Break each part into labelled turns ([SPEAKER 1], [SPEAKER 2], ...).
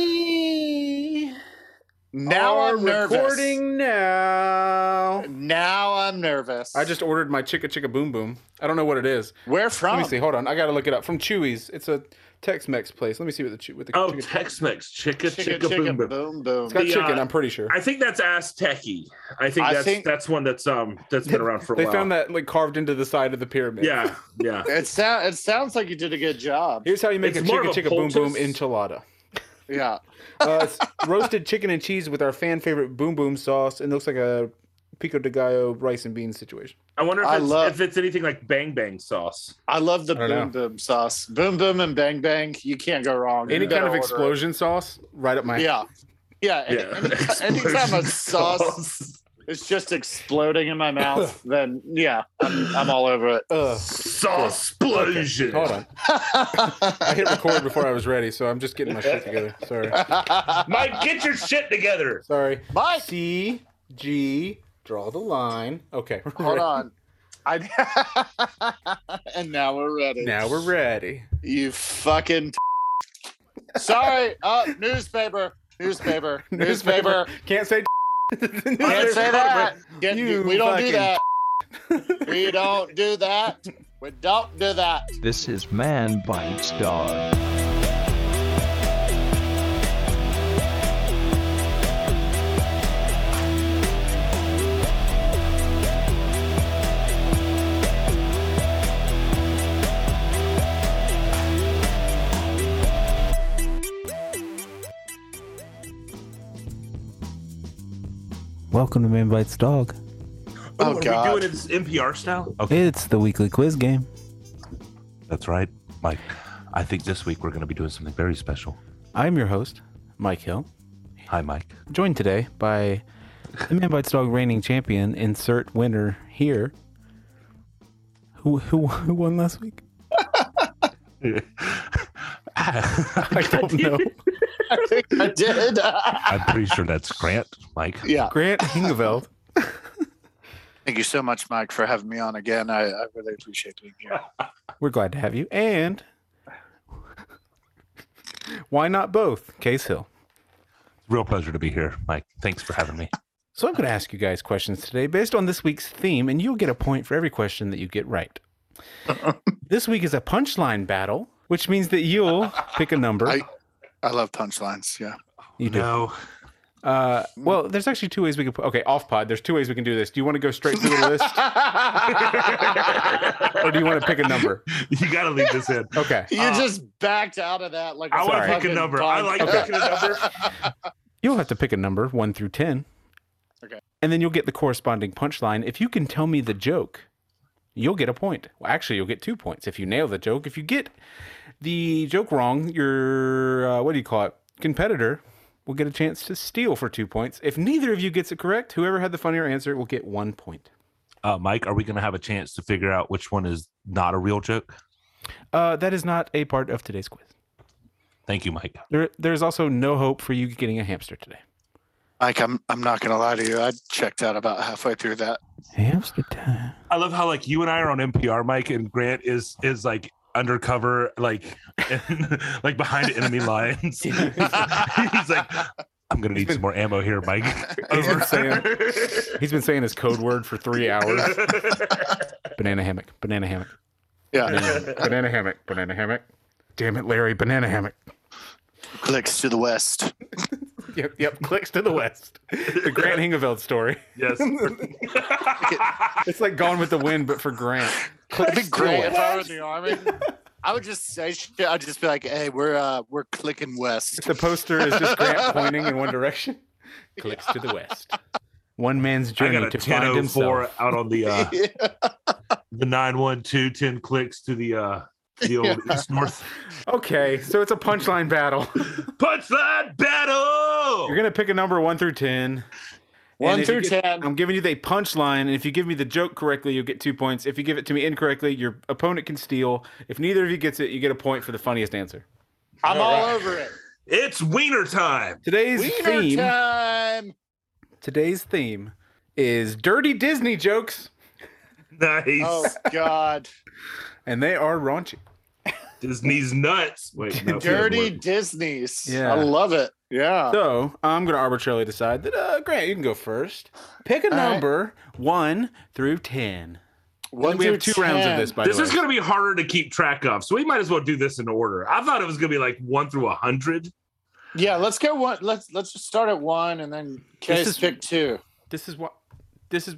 [SPEAKER 1] We
[SPEAKER 2] Now
[SPEAKER 1] are
[SPEAKER 2] I'm nervous.
[SPEAKER 1] recording now.
[SPEAKER 2] Now I'm nervous.
[SPEAKER 1] I just ordered my chicka chicka boom boom. I don't know what it is.
[SPEAKER 2] where
[SPEAKER 1] Let
[SPEAKER 2] from?
[SPEAKER 1] me see. Hold on, I gotta look it up. From Chewy's. It's a Tex-Mex place. Let me see what the chew what the
[SPEAKER 3] Oh,
[SPEAKER 1] chicka-
[SPEAKER 3] Tex-Mex, chicka
[SPEAKER 2] Chicka,
[SPEAKER 3] chicka,
[SPEAKER 2] chicka,
[SPEAKER 3] boom boom.
[SPEAKER 2] boom, boom.
[SPEAKER 1] It's got
[SPEAKER 3] the,
[SPEAKER 1] chicken.
[SPEAKER 3] uh,
[SPEAKER 1] I'm pretty sure.
[SPEAKER 3] I think that's Azteci. I think
[SPEAKER 2] I
[SPEAKER 3] that's
[SPEAKER 2] think-
[SPEAKER 3] that's one that's um that's been around for a
[SPEAKER 1] they
[SPEAKER 3] while.
[SPEAKER 1] found that like carved into the side of the pyramid.
[SPEAKER 3] Yeah, yeah.
[SPEAKER 2] It, sound, it sounds like you did a good job.
[SPEAKER 1] Here's how you make
[SPEAKER 3] It's
[SPEAKER 1] a
[SPEAKER 3] more
[SPEAKER 1] chicka
[SPEAKER 3] of a
[SPEAKER 1] chicka boom boom
[SPEAKER 3] poultice.
[SPEAKER 1] enchilada.
[SPEAKER 2] Yeah.
[SPEAKER 1] Uh, it's roasted chicken and cheese with our fan favorite boom boom sauce. and looks like a pico de gallo rice and beans situation.
[SPEAKER 3] I wonder if
[SPEAKER 2] I
[SPEAKER 3] it's,
[SPEAKER 2] love-
[SPEAKER 3] if it's anything like Bang Bang sauce.
[SPEAKER 2] I love the
[SPEAKER 1] I don't
[SPEAKER 2] boom boom sauce. Boom boom and bang bang. You can't go wrong.
[SPEAKER 1] Any
[SPEAKER 2] You
[SPEAKER 1] kind
[SPEAKER 2] better
[SPEAKER 1] of
[SPEAKER 2] order it.
[SPEAKER 1] explosion sauce, right up my.
[SPEAKER 2] Yeah. Yeah. any-
[SPEAKER 3] Yeah,
[SPEAKER 2] any- anytime a
[SPEAKER 3] Explosion
[SPEAKER 2] sauce is just exploding in my mouth, then yeah, I'm, I'm all over it.
[SPEAKER 1] Uh,
[SPEAKER 3] sauce explosion.
[SPEAKER 1] hold on. I hit record before I was ready, so I'm just getting my shit together. Sorry.
[SPEAKER 3] Mike, get your shit together.
[SPEAKER 1] Sorry.
[SPEAKER 2] Mike,
[SPEAKER 1] C G draw the line. Okay. we're
[SPEAKER 2] hold
[SPEAKER 1] ready.
[SPEAKER 2] on. I, and now we're ready.
[SPEAKER 1] Now we're ready.
[SPEAKER 2] You fucking. Sorry. Uh, newspaper. Newspaper. Newspaper.
[SPEAKER 1] Can't say
[SPEAKER 2] Can't say that. Get-
[SPEAKER 1] You
[SPEAKER 2] we don't do
[SPEAKER 1] fucking-
[SPEAKER 2] that. we don't do that. We don't do that.
[SPEAKER 4] This is Man Bites Dog.
[SPEAKER 5] Welcome to Man Bites Dog.
[SPEAKER 2] Oh,
[SPEAKER 3] Ooh, are
[SPEAKER 2] God.
[SPEAKER 3] we doing this NPR style?
[SPEAKER 5] It's the weekly quiz game.
[SPEAKER 6] Oh, That's right, Mike. I think this week we're going to be doing something very special.
[SPEAKER 5] I'm your host, Mike Hill,
[SPEAKER 6] Hi, Mike.
[SPEAKER 5] joined today by the Man Bites Dog reigning champion, insert winner here. Who who who won last week?
[SPEAKER 6] I'm
[SPEAKER 5] I don't know.
[SPEAKER 2] I did.
[SPEAKER 6] pretty sure that's Grant, Mike.
[SPEAKER 2] yeah.
[SPEAKER 5] Grant Hingeveld.
[SPEAKER 2] Thank you so much, Mike, for having me on again. I, I really appreciate being here.
[SPEAKER 5] We're glad to have you. And why not both? Case Hill.
[SPEAKER 6] Real pleasure to be here, Mike. Thanks for having me.
[SPEAKER 5] So I'm going to ask you guys questions today based on this week's theme, and you'll get a point for every question that you get right. this week is a punchline battle, which means that you'll pick a number.
[SPEAKER 2] I- I love punchlines. Yeah.
[SPEAKER 5] you do.
[SPEAKER 6] No.
[SPEAKER 5] Uh, well, there's actually two ways we can. Put, okay, off pod. There's two ways we can do this. Do you want to go straight through the list, or do you want to pick a number?
[SPEAKER 3] You gotta leave this in.
[SPEAKER 5] Okay,
[SPEAKER 2] You
[SPEAKER 3] Uh,
[SPEAKER 2] just backed out of that like
[SPEAKER 3] I
[SPEAKER 2] want
[SPEAKER 3] want
[SPEAKER 5] Sorry.
[SPEAKER 3] to pick a number. I like
[SPEAKER 5] Okay.
[SPEAKER 3] picking a number.
[SPEAKER 5] you'll have to pick a number one through ten.
[SPEAKER 2] Okay.
[SPEAKER 5] And then you'll get the corresponding punchline. If you can tell me the joke, you'll get a point. Well, actually, you'll get two points if you nail the joke. If you get the joke wrong, your uh, what do you call it? Competitor will get a chance to steal for two points. If neither of you gets it correct, whoever had the funnier answer will get one point.
[SPEAKER 6] Uh, Mike, are we going to have a chance to figure out which one is not a real joke?
[SPEAKER 5] Uh, that is not a part of today's quiz.
[SPEAKER 6] Thank you, Mike.
[SPEAKER 5] There, there's also no hope for you getting a hamster today.
[SPEAKER 2] Mike, I'm I'm not gonna lie to you. I checked out about halfway through that.
[SPEAKER 5] Hamster time.
[SPEAKER 6] I love how like you and I are on NPR, Mike, and Grant is is like undercover, like like behind enemy lines. he's like, I'm going to need some more ammo here, Mike.
[SPEAKER 5] He's been, saying, he's been saying his code word for three hours. banana hammock, banana hammock,
[SPEAKER 2] Yeah.
[SPEAKER 5] banana hammock, banana hammock, banana hammock. Damn it, Larry, banana hammock.
[SPEAKER 2] Clicks to the west.
[SPEAKER 5] Yep, yep, clicks to the west. The Grant Hingeveld story.
[SPEAKER 3] Yes.
[SPEAKER 5] It's like Gone with the Wind, but for Grant.
[SPEAKER 2] It'd be great
[SPEAKER 5] west.
[SPEAKER 2] if I were in the army. I would just say shit. I'd just be like, hey, we're uh we're clicking west.
[SPEAKER 5] The poster is just Grant pointing in one direction. Clicks to the west. One man's
[SPEAKER 3] I
[SPEAKER 5] journey
[SPEAKER 3] got a
[SPEAKER 5] to find
[SPEAKER 3] 1004
[SPEAKER 5] himself.
[SPEAKER 3] out on the uh,
[SPEAKER 2] Yeah.
[SPEAKER 3] the 912 10 clicks to the uh the old East North
[SPEAKER 5] Okay, so it's a punchline battle.
[SPEAKER 3] punchline battle.
[SPEAKER 5] You're gonna pick a number one through ten.
[SPEAKER 2] One
[SPEAKER 5] And if you
[SPEAKER 2] through
[SPEAKER 5] get-
[SPEAKER 2] ten.
[SPEAKER 5] I'm giving you the punchline, and if you give me the joke correctly, you'll get two points. If you give it to me incorrectly, your opponent can steal. If neither of you gets it, you get a point for the funniest answer.
[SPEAKER 2] I'm all over it.
[SPEAKER 3] it's wiener time.
[SPEAKER 5] Today's
[SPEAKER 2] Wiener
[SPEAKER 5] theme.
[SPEAKER 2] time.
[SPEAKER 5] Today's theme is dirty Disney jokes,
[SPEAKER 3] Nice.
[SPEAKER 2] Oh God.
[SPEAKER 5] and they are raunchy.
[SPEAKER 6] Disney's nuts. Wait, no,
[SPEAKER 2] Dirty Disney's.
[SPEAKER 5] Yeah.
[SPEAKER 2] I love it. Yeah.
[SPEAKER 5] So I'm going to arbitrarily decide that, uh, Grant, you can go first. Pick a
[SPEAKER 2] All right.
[SPEAKER 5] number one through 10.
[SPEAKER 2] One
[SPEAKER 5] we have two
[SPEAKER 2] through
[SPEAKER 5] rounds of
[SPEAKER 2] 10.
[SPEAKER 5] this, by
[SPEAKER 6] This
[SPEAKER 5] the way.
[SPEAKER 6] is going to be harder to keep track of, so we might as well do this in order. I thought it was going to be like one through a hundred.
[SPEAKER 2] Yeah, let's go one. Let's let's just start at one, and then Case
[SPEAKER 5] is-
[SPEAKER 2] pick two,
[SPEAKER 5] this is what. This is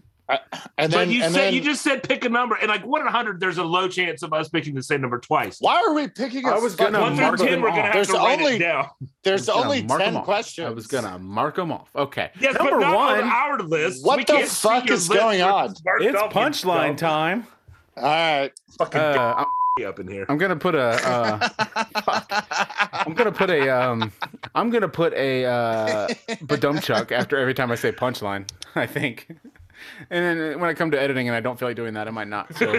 [SPEAKER 2] and
[SPEAKER 6] But
[SPEAKER 2] then
[SPEAKER 6] you said
[SPEAKER 2] and then,
[SPEAKER 6] you just said pick a number, and like one in a hundred, there's a low chance of us picking the same number twice.
[SPEAKER 2] Why are we picking? I
[SPEAKER 1] I was gonna
[SPEAKER 6] One through
[SPEAKER 1] mark
[SPEAKER 6] ten,
[SPEAKER 1] them
[SPEAKER 6] we're gonna
[SPEAKER 1] off.
[SPEAKER 6] have
[SPEAKER 2] There's
[SPEAKER 6] to write
[SPEAKER 2] only-
[SPEAKER 6] it down.
[SPEAKER 2] There's
[SPEAKER 5] gonna
[SPEAKER 2] only
[SPEAKER 5] mark 'em
[SPEAKER 2] ten
[SPEAKER 5] off.
[SPEAKER 2] questions.
[SPEAKER 5] I was going to mark them off. Okay.
[SPEAKER 6] Yes,
[SPEAKER 5] number
[SPEAKER 6] but not
[SPEAKER 5] one.
[SPEAKER 6] on our list.
[SPEAKER 2] What
[SPEAKER 6] We
[SPEAKER 2] the
[SPEAKER 6] can't see
[SPEAKER 2] fuck
[SPEAKER 6] your
[SPEAKER 2] is
[SPEAKER 6] list.
[SPEAKER 2] going
[SPEAKER 6] We're
[SPEAKER 2] on?
[SPEAKER 6] smart
[SPEAKER 5] It's
[SPEAKER 6] dumb,
[SPEAKER 5] punchline
[SPEAKER 6] dumb.
[SPEAKER 5] time.
[SPEAKER 2] All right.
[SPEAKER 6] Fucking
[SPEAKER 5] Uh,
[SPEAKER 6] dumb up in here.
[SPEAKER 5] I'm gonna put a. Uh, I'm gonna put a. Um, I'm gonna put a uh, badumchuck after every time I say punchline. I think. And then when I come to editing and I don't feel like doing that, I might not. So,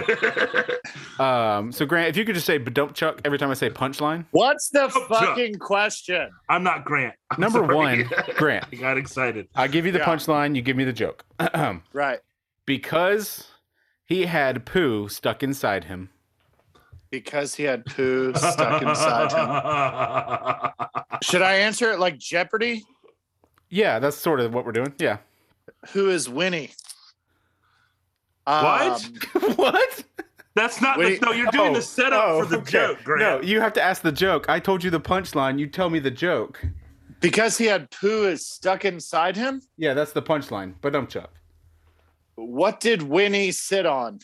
[SPEAKER 5] um, so Grant, if you could just say badumchuck every time I say punchline.
[SPEAKER 2] What's the
[SPEAKER 6] Chuck.
[SPEAKER 2] fucking question?
[SPEAKER 6] I'm not Grant. I'm
[SPEAKER 5] Number
[SPEAKER 6] sorry.
[SPEAKER 5] one, Grant.
[SPEAKER 6] I got excited.
[SPEAKER 5] I give you the
[SPEAKER 2] Yeah.
[SPEAKER 5] punchline. You give me the joke.
[SPEAKER 2] Right.
[SPEAKER 5] because he had poo stuck inside him.
[SPEAKER 2] Because he had poo stuck inside him. Should I answer it like Jeopardy?
[SPEAKER 5] Yeah, that's sort of what we're doing. Yeah.
[SPEAKER 2] Who is Winnie?
[SPEAKER 6] What?
[SPEAKER 2] Um,
[SPEAKER 5] what?
[SPEAKER 6] That's not
[SPEAKER 2] Wait.
[SPEAKER 6] the, no. You're doing
[SPEAKER 5] Oh,
[SPEAKER 6] the setup
[SPEAKER 5] oh,
[SPEAKER 6] for the
[SPEAKER 5] okay.
[SPEAKER 6] joke,
[SPEAKER 5] No,
[SPEAKER 6] Grant.
[SPEAKER 5] you have to ask the joke. I told you the punchline. You tell me the joke.
[SPEAKER 2] because he had poo is stuck inside him.
[SPEAKER 5] Yeah, that's the punchline. But I'm Chuck.
[SPEAKER 2] What did Winnie sit on?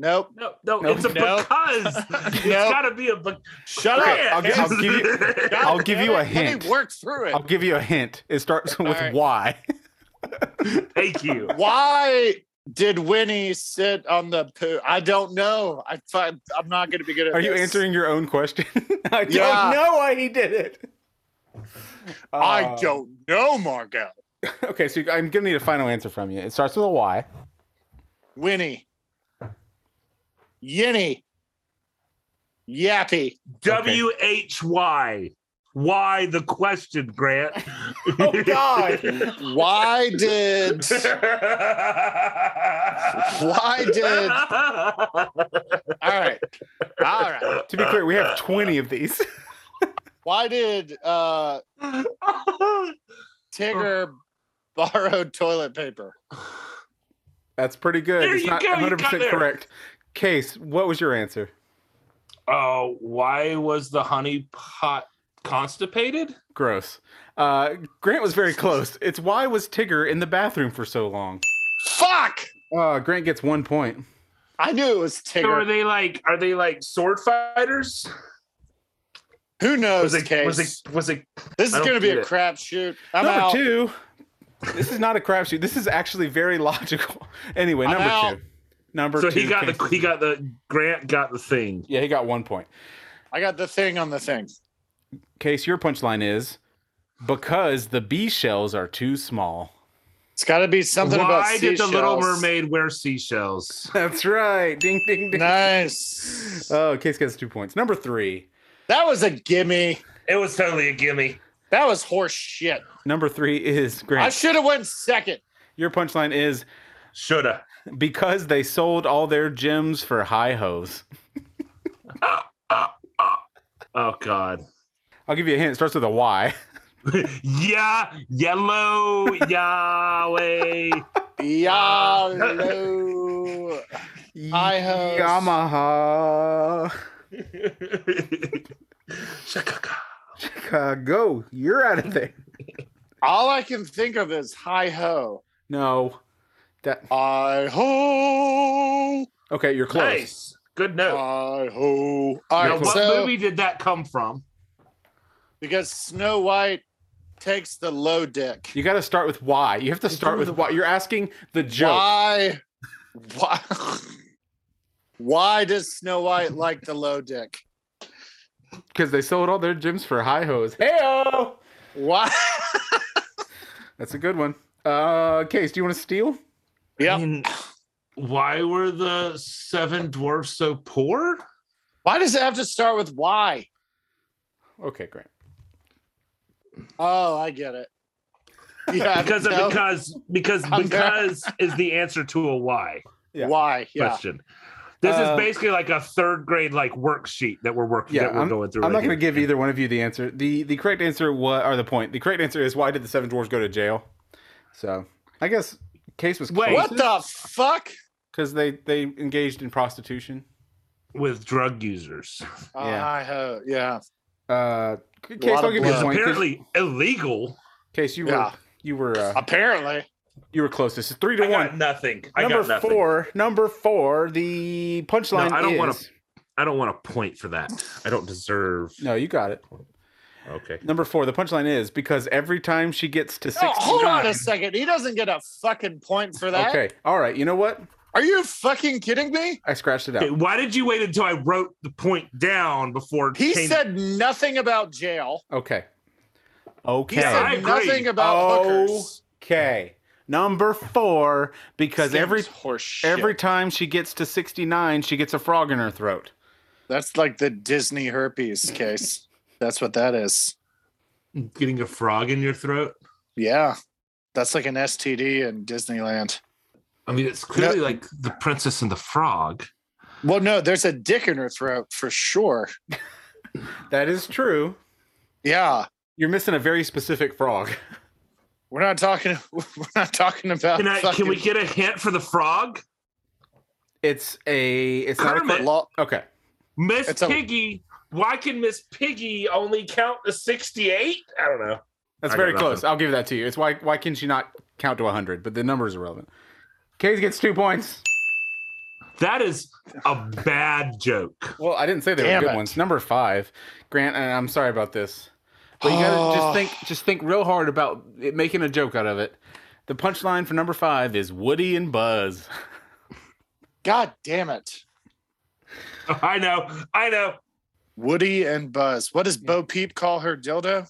[SPEAKER 2] Nope.
[SPEAKER 6] No, no,
[SPEAKER 5] No.
[SPEAKER 6] it's a
[SPEAKER 2] No.
[SPEAKER 6] because. It's
[SPEAKER 2] No.
[SPEAKER 6] got to be a but.
[SPEAKER 2] Shut
[SPEAKER 6] Grant.
[SPEAKER 5] I'll gi- I'll give you-
[SPEAKER 2] God
[SPEAKER 5] I'll give
[SPEAKER 2] damn
[SPEAKER 5] you
[SPEAKER 2] it,
[SPEAKER 5] a
[SPEAKER 2] let me
[SPEAKER 5] hint.
[SPEAKER 2] Work through it.
[SPEAKER 5] I'll give you a hint. It starts with
[SPEAKER 2] right.
[SPEAKER 5] Y.
[SPEAKER 6] Thank you.
[SPEAKER 2] Why did Winnie sit on the poo? I don't know. I find, I'm not going to be good at.
[SPEAKER 5] Are you
[SPEAKER 2] this.
[SPEAKER 5] answering your own question? I
[SPEAKER 2] Yeah.
[SPEAKER 5] don't know why he did it.
[SPEAKER 2] I
[SPEAKER 5] Uh,
[SPEAKER 2] don't know, Margot.
[SPEAKER 5] Okay, so I'm gonna need a final answer from you. It starts with a Y.
[SPEAKER 2] Winnie, Yinny, Yappy.
[SPEAKER 6] W H Y. Why the question, Grant?
[SPEAKER 5] Oh God!
[SPEAKER 2] Why did? Why did? All right, all right.
[SPEAKER 5] to be clear, we have 20 of these.
[SPEAKER 2] Why did uh, Tigger borrow toilet paper?
[SPEAKER 5] That's pretty good.
[SPEAKER 6] There
[SPEAKER 5] it's
[SPEAKER 6] you
[SPEAKER 5] not
[SPEAKER 6] go, you got
[SPEAKER 5] 100 percent
[SPEAKER 6] there.
[SPEAKER 5] correct. Case, what was your answer?
[SPEAKER 6] Oh, why was the honey pot constipated?
[SPEAKER 5] Gross. Uh, Grant was very close. It's why was Tigger in the bathroom for so long?
[SPEAKER 2] Fuck!
[SPEAKER 5] Uh, Grant gets one point.
[SPEAKER 2] I knew it was
[SPEAKER 6] So are
[SPEAKER 2] Tigger.
[SPEAKER 6] they like are they like sword fighters?
[SPEAKER 2] Who knows?
[SPEAKER 6] Was it
[SPEAKER 2] Case?
[SPEAKER 6] was it was it
[SPEAKER 2] This
[SPEAKER 6] I
[SPEAKER 2] is
[SPEAKER 6] don't
[SPEAKER 2] going to be
[SPEAKER 6] get
[SPEAKER 2] a
[SPEAKER 6] it.
[SPEAKER 2] crapshoot. I'm
[SPEAKER 5] number
[SPEAKER 2] out.
[SPEAKER 5] two. This is not a crapshoot. This is actually very logical. Anyway,
[SPEAKER 2] I'm
[SPEAKER 5] number
[SPEAKER 2] out.
[SPEAKER 5] two. Number
[SPEAKER 6] so
[SPEAKER 5] two.
[SPEAKER 6] he got the
[SPEAKER 5] Case-
[SPEAKER 6] he got the Grant got the thing.
[SPEAKER 5] yeah, he got one point.
[SPEAKER 2] I got the thing on the thing.
[SPEAKER 5] Case, your punchline is because the bee shells are too small.
[SPEAKER 2] It's got to be something about
[SPEAKER 6] why did the Little
[SPEAKER 2] seashells.
[SPEAKER 6] Mermaid wear seashells?
[SPEAKER 5] That's right. Ding, ding, ding.
[SPEAKER 6] Uh,
[SPEAKER 2] Nice.
[SPEAKER 5] Oh, Case gets two points. Number three.
[SPEAKER 2] That was a gimme.
[SPEAKER 6] It was totally a gimme.
[SPEAKER 2] That was horse shit.
[SPEAKER 5] Number three is
[SPEAKER 2] I
[SPEAKER 5] Grant.
[SPEAKER 2] should have went second.
[SPEAKER 5] Your punchline is
[SPEAKER 6] Shoulda.
[SPEAKER 5] because they sold all their gems for high hos.
[SPEAKER 6] Oh God.
[SPEAKER 5] I'll give you a hint. It starts with a Y.
[SPEAKER 6] yeah, yellow, Yahweh.
[SPEAKER 2] Yallo. High hos.
[SPEAKER 5] Yamaha.
[SPEAKER 6] Shakaka.
[SPEAKER 5] Uh, go. You're out of there.
[SPEAKER 2] All I can think of is hi ho.
[SPEAKER 5] No. That
[SPEAKER 2] Hi ho.
[SPEAKER 5] okay. You're close.
[SPEAKER 6] Nice. Good note.
[SPEAKER 2] Hi ho. All
[SPEAKER 6] now,
[SPEAKER 2] right.
[SPEAKER 6] Oh. what
[SPEAKER 2] So
[SPEAKER 6] movie did that come from?
[SPEAKER 2] because Snow White takes the low dick.
[SPEAKER 5] You got to start with Y. You have to start with Y. You're asking the joke.
[SPEAKER 2] Why? Why? Why does Snow White like the low dick?
[SPEAKER 5] because they sold all their gyms for high hose. Heyo,
[SPEAKER 2] Why?
[SPEAKER 5] that's a good one. Uh, Case, do you want to steal?
[SPEAKER 2] Yeah.
[SPEAKER 6] I mean, why were the seven dwarfs so poor?
[SPEAKER 2] Why does it have to start with why?
[SPEAKER 5] Okay, Grant.
[SPEAKER 2] Oh, I get it. Yeah,
[SPEAKER 6] Because of
[SPEAKER 2] no,
[SPEAKER 6] because because
[SPEAKER 2] I'm there.
[SPEAKER 6] because is the answer to a why
[SPEAKER 5] Yeah.
[SPEAKER 2] why? Yeah,
[SPEAKER 6] question. This
[SPEAKER 5] Uh,
[SPEAKER 6] is basically like a third grade like worksheet that we're working
[SPEAKER 5] Yeah,
[SPEAKER 6] that we're going through.
[SPEAKER 5] I'm not
[SPEAKER 6] right
[SPEAKER 5] going to
[SPEAKER 6] here.
[SPEAKER 5] give either one of you the answer. the The correct answer was, or the point. The correct answer is why did the seven dwarves go to jail? So I guess case was
[SPEAKER 6] Wait.
[SPEAKER 2] What the fuck?
[SPEAKER 5] because they they engaged in prostitution.
[SPEAKER 6] with drug users.
[SPEAKER 2] Uh,
[SPEAKER 5] Yeah.
[SPEAKER 2] I have, yeah.
[SPEAKER 5] Uh, case I'll
[SPEAKER 2] lot of
[SPEAKER 5] give you a
[SPEAKER 2] blood.
[SPEAKER 5] point. 'cause-
[SPEAKER 6] Apparently illegal.
[SPEAKER 5] case you
[SPEAKER 2] Yeah.
[SPEAKER 5] were you were uh,
[SPEAKER 2] Apparently.
[SPEAKER 5] you were close. This is three to
[SPEAKER 6] I
[SPEAKER 5] one.
[SPEAKER 6] got nothing. I
[SPEAKER 5] Number
[SPEAKER 6] got nothing.
[SPEAKER 5] four, number four. The punchline.
[SPEAKER 6] No, I don't
[SPEAKER 5] is,
[SPEAKER 6] wanna- I don't want a point for that. I don't deserve.
[SPEAKER 5] No, you got it.
[SPEAKER 6] Okay.
[SPEAKER 5] Number four. The punchline is because every time she gets to
[SPEAKER 2] Oh,
[SPEAKER 5] sixty-nine.
[SPEAKER 2] hold on a second. He doesn't get a fucking point for that.
[SPEAKER 5] Okay. All right. You know what?
[SPEAKER 2] Are you fucking kidding me?
[SPEAKER 5] I scratched it
[SPEAKER 6] Okay,
[SPEAKER 5] out.
[SPEAKER 6] why did you wait until I wrote the point down before
[SPEAKER 2] He
[SPEAKER 6] changing-
[SPEAKER 2] said nothing about jail.
[SPEAKER 5] Okay.
[SPEAKER 2] He
[SPEAKER 5] Okay.
[SPEAKER 6] I
[SPEAKER 2] said
[SPEAKER 6] agree.
[SPEAKER 2] nothing about
[SPEAKER 5] Oh,
[SPEAKER 2] hookers.
[SPEAKER 5] Okay. Number four, because
[SPEAKER 2] This
[SPEAKER 5] every
[SPEAKER 2] game's horse shit.
[SPEAKER 5] every time she gets to sixty nine, she gets a frog in her throat.
[SPEAKER 2] that's like the Disney herpes case. That's what that is.
[SPEAKER 6] getting a frog in your throat?
[SPEAKER 2] Yeah, that's like an STD in Disneyland.
[SPEAKER 6] I mean, it's clearly like the princess and the frog.
[SPEAKER 2] Well, no, there's a dick in her throat for sure.
[SPEAKER 5] That is true.
[SPEAKER 2] Yeah,
[SPEAKER 5] You're missing a very specific frog.
[SPEAKER 2] we're not talking. We're not talking about.
[SPEAKER 5] Uh,
[SPEAKER 6] Can I?
[SPEAKER 2] fucking
[SPEAKER 6] Can we get a hint for the frog?
[SPEAKER 5] It's a it's not
[SPEAKER 6] Kermit.
[SPEAKER 5] a,
[SPEAKER 2] law?
[SPEAKER 5] okay.
[SPEAKER 6] Miss
[SPEAKER 2] It's a-
[SPEAKER 6] Piggy. Why can Miss Piggy only count to sixty-eight? I don't know.
[SPEAKER 5] That's
[SPEAKER 6] I got
[SPEAKER 5] very close.
[SPEAKER 6] nothing.
[SPEAKER 5] I'll give that to you. It's why why can she not count to hundred? But the number is irrelevant. Case gets two points.
[SPEAKER 6] That is a bad joke.
[SPEAKER 5] Well, I didn't say they
[SPEAKER 2] Damn
[SPEAKER 5] were good
[SPEAKER 2] it.
[SPEAKER 5] ones. Number five, Grant, and I'm sorry about this, but you
[SPEAKER 6] Oh.
[SPEAKER 5] gotta just think, just think real hard about it, making a joke out of it. The punchline for number five is Woody and Buzz.
[SPEAKER 2] God damn it,
[SPEAKER 6] I know. I know.
[SPEAKER 2] Woody and Buzz. What does Bo Peep call her dildo?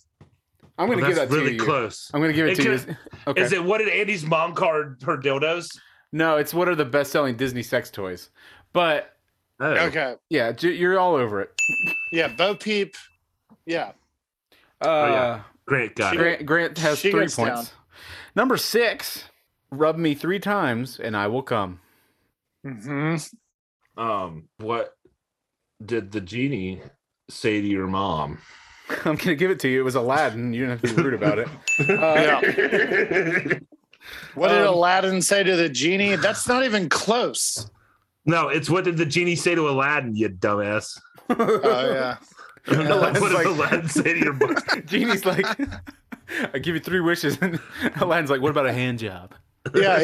[SPEAKER 5] I'm gonna
[SPEAKER 6] Well,
[SPEAKER 5] give that
[SPEAKER 6] that's really
[SPEAKER 5] to you.
[SPEAKER 6] close.
[SPEAKER 5] I'm gonna give it,
[SPEAKER 6] It
[SPEAKER 5] to
[SPEAKER 6] could-
[SPEAKER 5] you. Okay.
[SPEAKER 6] Is it what did Andy's mom call her, her dildos?
[SPEAKER 5] no, it's what are the best-selling Disney sex toys? But
[SPEAKER 6] Oh.
[SPEAKER 2] Okay,
[SPEAKER 5] yeah, j- you're all over it.
[SPEAKER 2] yeah, Bo Peep. Yeah,
[SPEAKER 5] Uh,
[SPEAKER 6] Oh, yeah. Great guy.
[SPEAKER 5] Grant, Grant has
[SPEAKER 2] She
[SPEAKER 5] three
[SPEAKER 2] gets
[SPEAKER 5] points. Number six, rub me three times and I will come. Mm-hmm.
[SPEAKER 2] hmm
[SPEAKER 6] Um, what did the genie say to your mom?
[SPEAKER 5] I'm gonna give it to you. It was Aladdin. You didn't have to be rude about it. Uh,
[SPEAKER 2] yeah. What did
[SPEAKER 5] Um,
[SPEAKER 2] Aladdin say to the genie? That's not even close.
[SPEAKER 6] no, it's what did the genie say to Aladdin, you dumbass?
[SPEAKER 2] Oh yeah.
[SPEAKER 6] what
[SPEAKER 5] Aladdin's
[SPEAKER 6] did
[SPEAKER 5] like-
[SPEAKER 6] Aladdin say to your mom?
[SPEAKER 5] Genie's like, I give you three wishes, and Aladdin's like, what about a hand job?
[SPEAKER 2] yeah,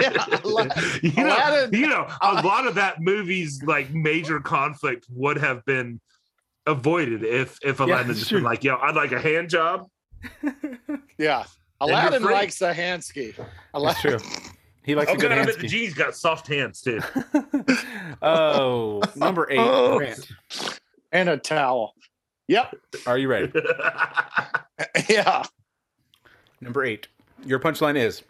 [SPEAKER 2] yeah, Ala-
[SPEAKER 6] you, know,
[SPEAKER 2] Aladdin-
[SPEAKER 6] you know, a lot of that movie's like major conflict would have been avoided if if Aladdin had just
[SPEAKER 5] sure.
[SPEAKER 6] been like, yo, I'd like a hand job.
[SPEAKER 2] yeah.
[SPEAKER 6] you're
[SPEAKER 2] Aladdin
[SPEAKER 6] free.
[SPEAKER 2] likes a handski.
[SPEAKER 5] That's
[SPEAKER 2] Aladdin,
[SPEAKER 5] true. He likes
[SPEAKER 6] Oh
[SPEAKER 5] a good
[SPEAKER 6] god, I
[SPEAKER 5] hand.
[SPEAKER 6] bet the genie's got soft hands too.
[SPEAKER 5] Oh, number eight.
[SPEAKER 2] Oh.
[SPEAKER 5] Grant,
[SPEAKER 2] and a towel. Yep.
[SPEAKER 5] are you ready?
[SPEAKER 2] Yeah.
[SPEAKER 5] Number eight. Your punchline is,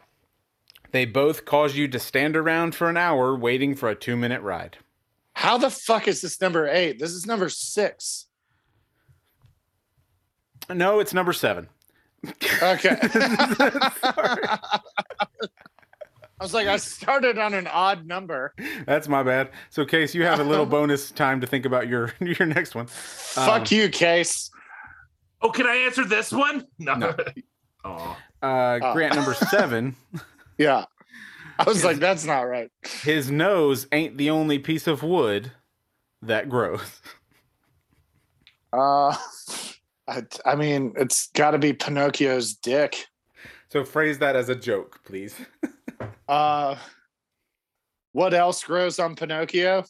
[SPEAKER 5] they both cause you to stand around for an hour waiting for a two-minute ride.
[SPEAKER 2] How the fuck is this number eight? This is number six.
[SPEAKER 5] No, it's number seven.
[SPEAKER 2] Okay. I was like, I started on an odd number.
[SPEAKER 5] That's my bad. So, Case, you have a little bonus time to think about your your next one. Uh-huh.
[SPEAKER 2] fuck you, Case.
[SPEAKER 6] oh, can I answer this one? No.
[SPEAKER 5] No.
[SPEAKER 6] Aw.
[SPEAKER 5] Uh,
[SPEAKER 2] Oh.
[SPEAKER 5] Grant number seven.
[SPEAKER 2] Yeah. I was like, that's not right.
[SPEAKER 5] His nose ain't the only piece of wood that grows.
[SPEAKER 2] Uh, I, I mean, it's got to be Pinocchio's dick.
[SPEAKER 5] So phrase that as a joke, please.
[SPEAKER 2] Uh, what else grows on Pinocchio?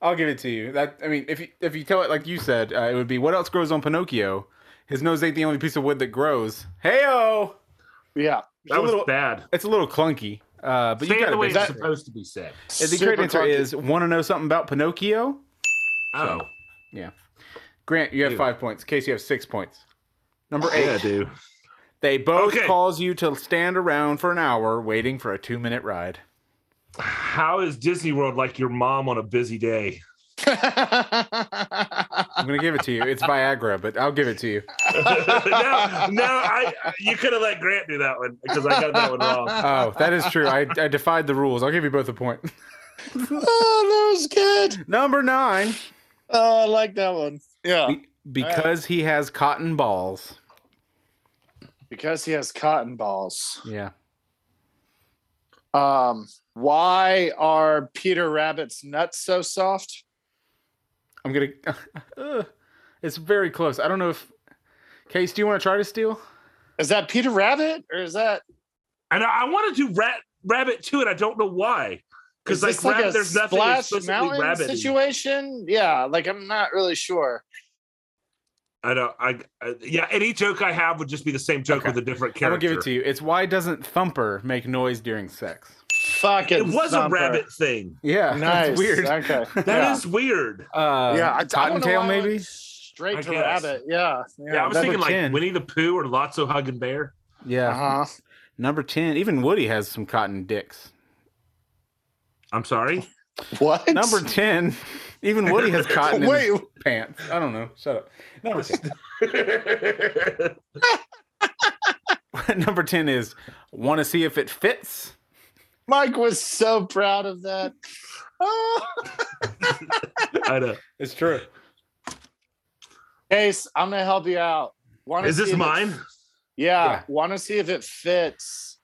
[SPEAKER 5] I'll give it to you. That I mean, if you if you tell it like you said, uh, it would be what else grows on Pinocchio? His nose ain't the only piece of wood that grows. Heyo!
[SPEAKER 2] Yeah.
[SPEAKER 5] a
[SPEAKER 6] That was
[SPEAKER 5] little-
[SPEAKER 6] bad.
[SPEAKER 5] It's a little clunky, uh, but
[SPEAKER 6] Say
[SPEAKER 5] you
[SPEAKER 6] it
[SPEAKER 5] got
[SPEAKER 6] the way
[SPEAKER 5] it.
[SPEAKER 6] it's
[SPEAKER 5] That,
[SPEAKER 6] supposed to be said.
[SPEAKER 5] the correct answer is want to know something about Pinocchio?
[SPEAKER 6] Oh,
[SPEAKER 5] Grant, you have
[SPEAKER 6] Ew.
[SPEAKER 5] five points. Case, you have six points. Number eight.
[SPEAKER 6] yeah, dude.
[SPEAKER 5] They both
[SPEAKER 6] Okay.
[SPEAKER 5] cause you to stand around for an hour waiting for a two minute ride.
[SPEAKER 6] How is Disney World like your mom on a busy day?
[SPEAKER 5] I'm gonna give it to you. It's Viagra, but I'll give it to you.
[SPEAKER 6] no, no, I. You could have let Grant do that one because I got that one wrong.
[SPEAKER 5] Oh, that is true. I, I defied the rules. I'll give you both a point.
[SPEAKER 2] oh, that was good.
[SPEAKER 5] Number nine,
[SPEAKER 2] Oh, I like that one. Yeah.
[SPEAKER 5] because he has cotton balls.
[SPEAKER 2] Because he has cotton balls.
[SPEAKER 5] Yeah.
[SPEAKER 2] Um, why are Peter Rabbit's nuts so soft?
[SPEAKER 5] I'm gonna. Uh, it's very close. I don't know if. Case, do you want to try to steal?
[SPEAKER 2] Is that Peter Rabbit or is that
[SPEAKER 6] And I, I want to do rat, rabbit too, and I don't know why. Because
[SPEAKER 2] is
[SPEAKER 6] like,
[SPEAKER 2] this
[SPEAKER 6] rabbit, there's nothing
[SPEAKER 2] Splash
[SPEAKER 6] explicitly
[SPEAKER 2] Mountain
[SPEAKER 6] rabbit.
[SPEAKER 2] situation? Yeah, like I'm not really sure.
[SPEAKER 6] I don't. I, I yeah. Any joke I have would just be the same joke
[SPEAKER 5] Okay.
[SPEAKER 6] with a different
[SPEAKER 5] I'm
[SPEAKER 6] character.
[SPEAKER 5] gonna give it to you. It's why doesn't Thumper make noise during sex?
[SPEAKER 2] Fucking
[SPEAKER 6] It was
[SPEAKER 2] thumper.
[SPEAKER 6] a rabbit thing.
[SPEAKER 5] Yeah,
[SPEAKER 2] Nice.
[SPEAKER 5] It's weird.
[SPEAKER 2] Okay.
[SPEAKER 6] That is
[SPEAKER 2] yeah.
[SPEAKER 6] weird.
[SPEAKER 5] Uh,
[SPEAKER 2] yeah, I- I don't know
[SPEAKER 5] Cottontail
[SPEAKER 2] why I went
[SPEAKER 5] maybe.
[SPEAKER 2] Straight
[SPEAKER 6] I
[SPEAKER 2] to
[SPEAKER 6] guess.
[SPEAKER 2] rabbit. Yeah.
[SPEAKER 6] Yeah, I was
[SPEAKER 2] that-
[SPEAKER 6] thinking like
[SPEAKER 5] ten.
[SPEAKER 6] Winnie the Pooh or Lotso Hugging Bear.
[SPEAKER 5] Yeah.
[SPEAKER 2] uh-huh.
[SPEAKER 5] Number ten. Even Woody has some cotton dicks.
[SPEAKER 6] I'm sorry.
[SPEAKER 2] What?
[SPEAKER 5] Number ten. Even Woody has cotton in his
[SPEAKER 2] Wait,
[SPEAKER 5] pants. I don't know. Shut up. Number ten. Number 10 is want to see if it fits.
[SPEAKER 2] Mike was so proud of that. Oh.
[SPEAKER 6] I know.
[SPEAKER 5] It's true.
[SPEAKER 2] Case, I'm gonna help you out. Wanna
[SPEAKER 6] Is this
[SPEAKER 2] see if it-
[SPEAKER 6] mine?
[SPEAKER 2] yeah,
[SPEAKER 5] Yeah.
[SPEAKER 2] want to see if it fits.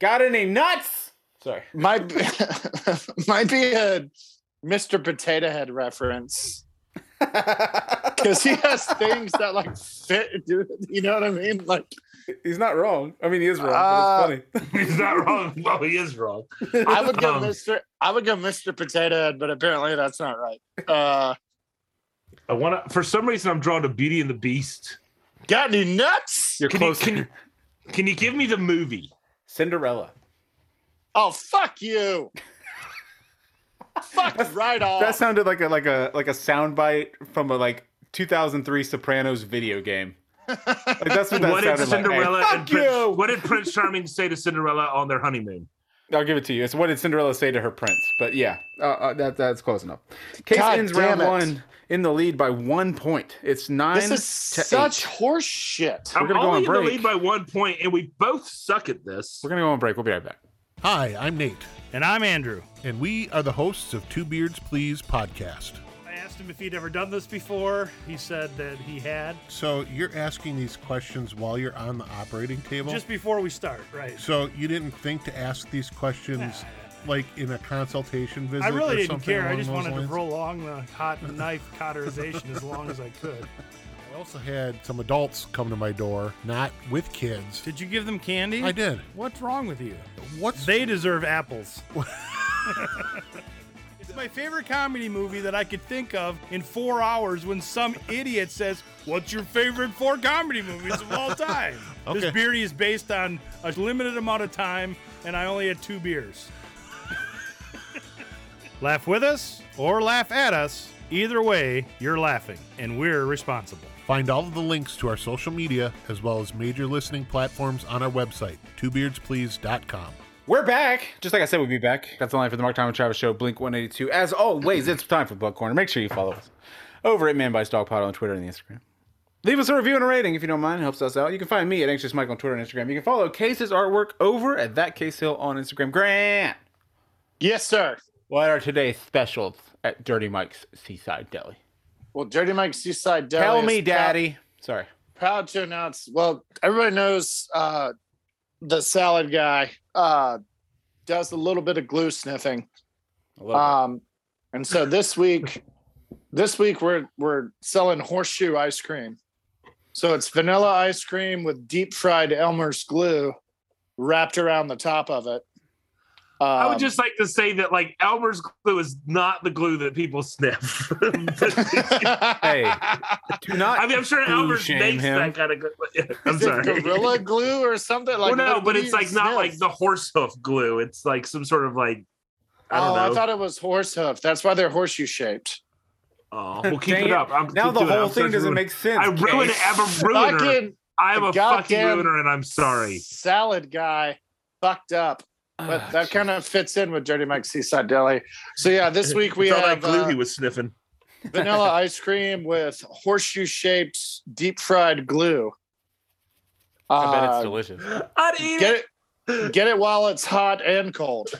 [SPEAKER 5] Got any nuts? Sorry.
[SPEAKER 2] Might be, might be a Mr. Potato Head reference. because he has things that like fit. Dude, you know what I mean? Like,
[SPEAKER 5] He's not wrong. I mean, he is wrong.
[SPEAKER 2] Uh,
[SPEAKER 5] but it's funny.
[SPEAKER 6] He's not wrong. Well, he is wrong.
[SPEAKER 2] I would go
[SPEAKER 6] Um.
[SPEAKER 2] Mr. I would go Mr. Potato Head, but apparently that's not right. Uh,
[SPEAKER 6] I want to. For some reason, I'm drawn to Beauty and the Beast.
[SPEAKER 2] got any nuts?
[SPEAKER 5] You're
[SPEAKER 6] Can you,
[SPEAKER 5] close.
[SPEAKER 6] can, you, can you give me the movie?
[SPEAKER 5] Cinderella.
[SPEAKER 2] Oh fuck you! fuck right off.
[SPEAKER 5] That sounded like a like a like a soundbite from a like 2003 Sopranos video game. Like, that's what that
[SPEAKER 6] what did
[SPEAKER 5] sounded
[SPEAKER 6] Cinderella
[SPEAKER 5] like. Hey, fuck
[SPEAKER 6] and Prince,
[SPEAKER 5] you!
[SPEAKER 6] What did Prince Charming say to Cinderella on their honeymoon?
[SPEAKER 5] I'll give it to you. It's what did Cinderella say to her prince? But yeah, uh, uh, that that's close enough. Case
[SPEAKER 2] God
[SPEAKER 5] ends
[SPEAKER 2] damn
[SPEAKER 5] round
[SPEAKER 2] it.
[SPEAKER 5] one in the lead by one point. It's nine.
[SPEAKER 2] this is
[SPEAKER 5] to
[SPEAKER 2] such
[SPEAKER 5] Eight.
[SPEAKER 2] horse shit.
[SPEAKER 6] I'm
[SPEAKER 5] gonna go
[SPEAKER 6] only
[SPEAKER 5] on
[SPEAKER 6] in the
[SPEAKER 5] break.
[SPEAKER 6] lead by one point, and we both suck at this.
[SPEAKER 5] We're gonna go on break. We'll be right back.
[SPEAKER 7] Hi, I'm Nate,
[SPEAKER 8] And I'm Andrew.
[SPEAKER 7] and we are the hosts of Two Beards Please podcast.
[SPEAKER 8] I asked him if he'd ever done this before. He said that he had.
[SPEAKER 7] So you're asking these questions while you're on the operating table?
[SPEAKER 8] Just before we start, right?
[SPEAKER 7] so you didn't think to ask these questions like in a consultation visit?
[SPEAKER 8] I
[SPEAKER 7] or
[SPEAKER 8] really didn't
[SPEAKER 7] something
[SPEAKER 8] care. I
[SPEAKER 7] along
[SPEAKER 8] just
[SPEAKER 7] those
[SPEAKER 8] wanted
[SPEAKER 7] lines?
[SPEAKER 8] to roll along the hot knife cauterization as long as I could.
[SPEAKER 7] I also had some adults come to my door, not with kids.
[SPEAKER 8] Did you give them candy?
[SPEAKER 7] I did.
[SPEAKER 8] What's wrong with you?
[SPEAKER 7] What's
[SPEAKER 8] They deserve apples. it's my favorite comedy movie that I could think of in four hours when some idiot says, What's your favorite four comedy movies of all time?
[SPEAKER 7] Okay.
[SPEAKER 8] This beardy is based on a limited amount of time, and I only had two beers. laugh with us or laugh at us. Either way, you're laughing, and we're responsible.
[SPEAKER 7] Find all of the links to our social media as well as major listening platforms on our website, twobeardsplease.com.
[SPEAKER 5] We're back. Just like I said, we'll be back. That's the line for the Mark Time and Travis Show, Blink 182. As always, it's time for Blood Corner. Make sure you follow us over at Man Bites Dog Pod on Twitter and the Instagram. Leave us a review and a rating if you don't mind. It helps us out. You can find me at Anxious Mike on Twitter and Instagram. You can follow Case's artwork over at That Case Hill on Instagram. Grant,
[SPEAKER 2] yes, sir.
[SPEAKER 5] what are today's specials at Dirty Mike's Seaside Deli?
[SPEAKER 2] Well, Dirty Mike's Seaside Deli.
[SPEAKER 5] Tell
[SPEAKER 2] is
[SPEAKER 5] me,
[SPEAKER 2] proud-
[SPEAKER 5] Daddy. Sorry.
[SPEAKER 2] proud to announce. Well, everybody knows uh, the salad guy uh, does a little bit of glue sniffing.
[SPEAKER 5] I love it.
[SPEAKER 2] Um, and so this week, this week we're we're selling horseshoe ice cream. So it's vanilla ice cream with deep fried Elmer's glue wrapped around the top of it. Um,
[SPEAKER 6] I would just like to say that like Elmer's glue is not the glue that people sniff.
[SPEAKER 2] Um,
[SPEAKER 5] Hey,
[SPEAKER 2] Uh,
[SPEAKER 5] do not.
[SPEAKER 6] I mean, I'm sure
[SPEAKER 5] Glue
[SPEAKER 6] Elmer's
[SPEAKER 5] shame
[SPEAKER 6] makes
[SPEAKER 5] him.
[SPEAKER 6] that kind of. Glue. I'm
[SPEAKER 2] is it
[SPEAKER 6] sorry.
[SPEAKER 2] gorilla glue or something
[SPEAKER 6] well,
[SPEAKER 2] like?
[SPEAKER 6] no,
[SPEAKER 2] what- what
[SPEAKER 6] but
[SPEAKER 2] do
[SPEAKER 6] it's
[SPEAKER 2] you
[SPEAKER 6] like not
[SPEAKER 2] sniff?
[SPEAKER 6] like the horse hoof glue. It's like some sort of like. I don't
[SPEAKER 2] oh, I
[SPEAKER 6] know.
[SPEAKER 2] thought it was horse hoof. That's why they're horseshoe shaped.
[SPEAKER 6] oh, we'll keep
[SPEAKER 5] Dang
[SPEAKER 6] it up. I'm
[SPEAKER 5] now
[SPEAKER 6] keep
[SPEAKER 5] the
[SPEAKER 6] doing it.
[SPEAKER 5] whole
[SPEAKER 6] I'm
[SPEAKER 5] thing
[SPEAKER 6] such a
[SPEAKER 5] doesn't
[SPEAKER 6] ruin-
[SPEAKER 5] make sense.
[SPEAKER 6] I ruin
[SPEAKER 5] Case.
[SPEAKER 6] it. I'm a ruiner.
[SPEAKER 2] Fucking
[SPEAKER 6] I'm a fucking
[SPEAKER 2] goddamn-
[SPEAKER 6] ruiner, and I'm sorry.
[SPEAKER 2] salad guy fucked up. But
[SPEAKER 5] Ah,
[SPEAKER 2] that kind of fits in with Dirty Mike's Seaside Deli. So yeah, this week we
[SPEAKER 6] It's all
[SPEAKER 2] have
[SPEAKER 6] that glue
[SPEAKER 2] uh,
[SPEAKER 6] he was sniffing.
[SPEAKER 2] vanilla ice cream with horseshoe shaped deep fried glue.
[SPEAKER 5] I bet it's
[SPEAKER 2] Uh,
[SPEAKER 5] delicious.
[SPEAKER 6] I'd eat
[SPEAKER 2] get
[SPEAKER 6] it.
[SPEAKER 2] it, get it while it's hot and cold.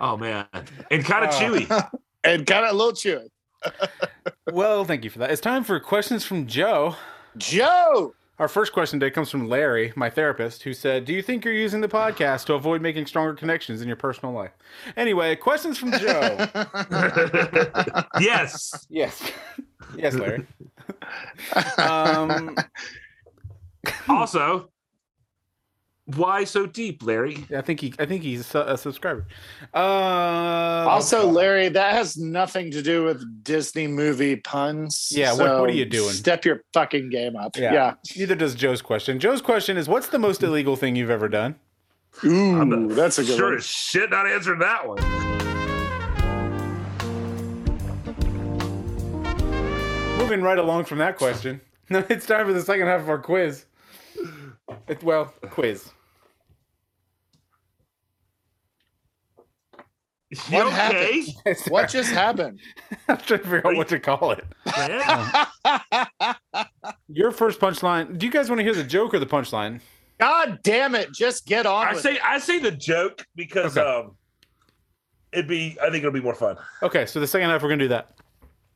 [SPEAKER 6] Oh man, and kind
[SPEAKER 2] Oh.
[SPEAKER 6] of chewy.
[SPEAKER 2] and got a little chewy.
[SPEAKER 5] Well, thank you for that. It's time for questions from Joe.
[SPEAKER 2] Joe,
[SPEAKER 5] Our first question today comes from Larry, my therapist, who said, Do you think you're using the podcast to avoid making stronger connections in your personal life? Anyway, questions from Joe.
[SPEAKER 6] Yes,
[SPEAKER 5] yes. Yes, Larry. um,
[SPEAKER 6] also why so deep larry
[SPEAKER 5] I think he I think he's a, su- a subscriber. Uh,
[SPEAKER 2] also Larry, that has nothing to do with Disney movie puns.
[SPEAKER 5] Yeah, what- what are you doing?
[SPEAKER 2] Step your fucking game up.
[SPEAKER 5] Yeah.
[SPEAKER 2] Yeah.
[SPEAKER 5] neither does Joe's question. Joe's question is what's the most illegal thing you've ever done?
[SPEAKER 2] Ooh, that's a good
[SPEAKER 6] sure
[SPEAKER 2] one.
[SPEAKER 6] as shit not answering that one
[SPEAKER 5] Moving right along from that question. Now it's time for the second half of our quiz. It- well, quiz.
[SPEAKER 6] You
[SPEAKER 2] What
[SPEAKER 6] okay
[SPEAKER 2] What just happened?
[SPEAKER 5] I'm trying to figure out what to call it.
[SPEAKER 6] man?
[SPEAKER 5] Your first punchline. Do you guys want to hear the joke or the punchline?
[SPEAKER 2] God damn it! Just get on.
[SPEAKER 6] i
[SPEAKER 2] with
[SPEAKER 6] say i say the joke because
[SPEAKER 5] Okay.
[SPEAKER 6] um it'd be i think it'll be more fun
[SPEAKER 5] Okay, so the second half we're gonna do that.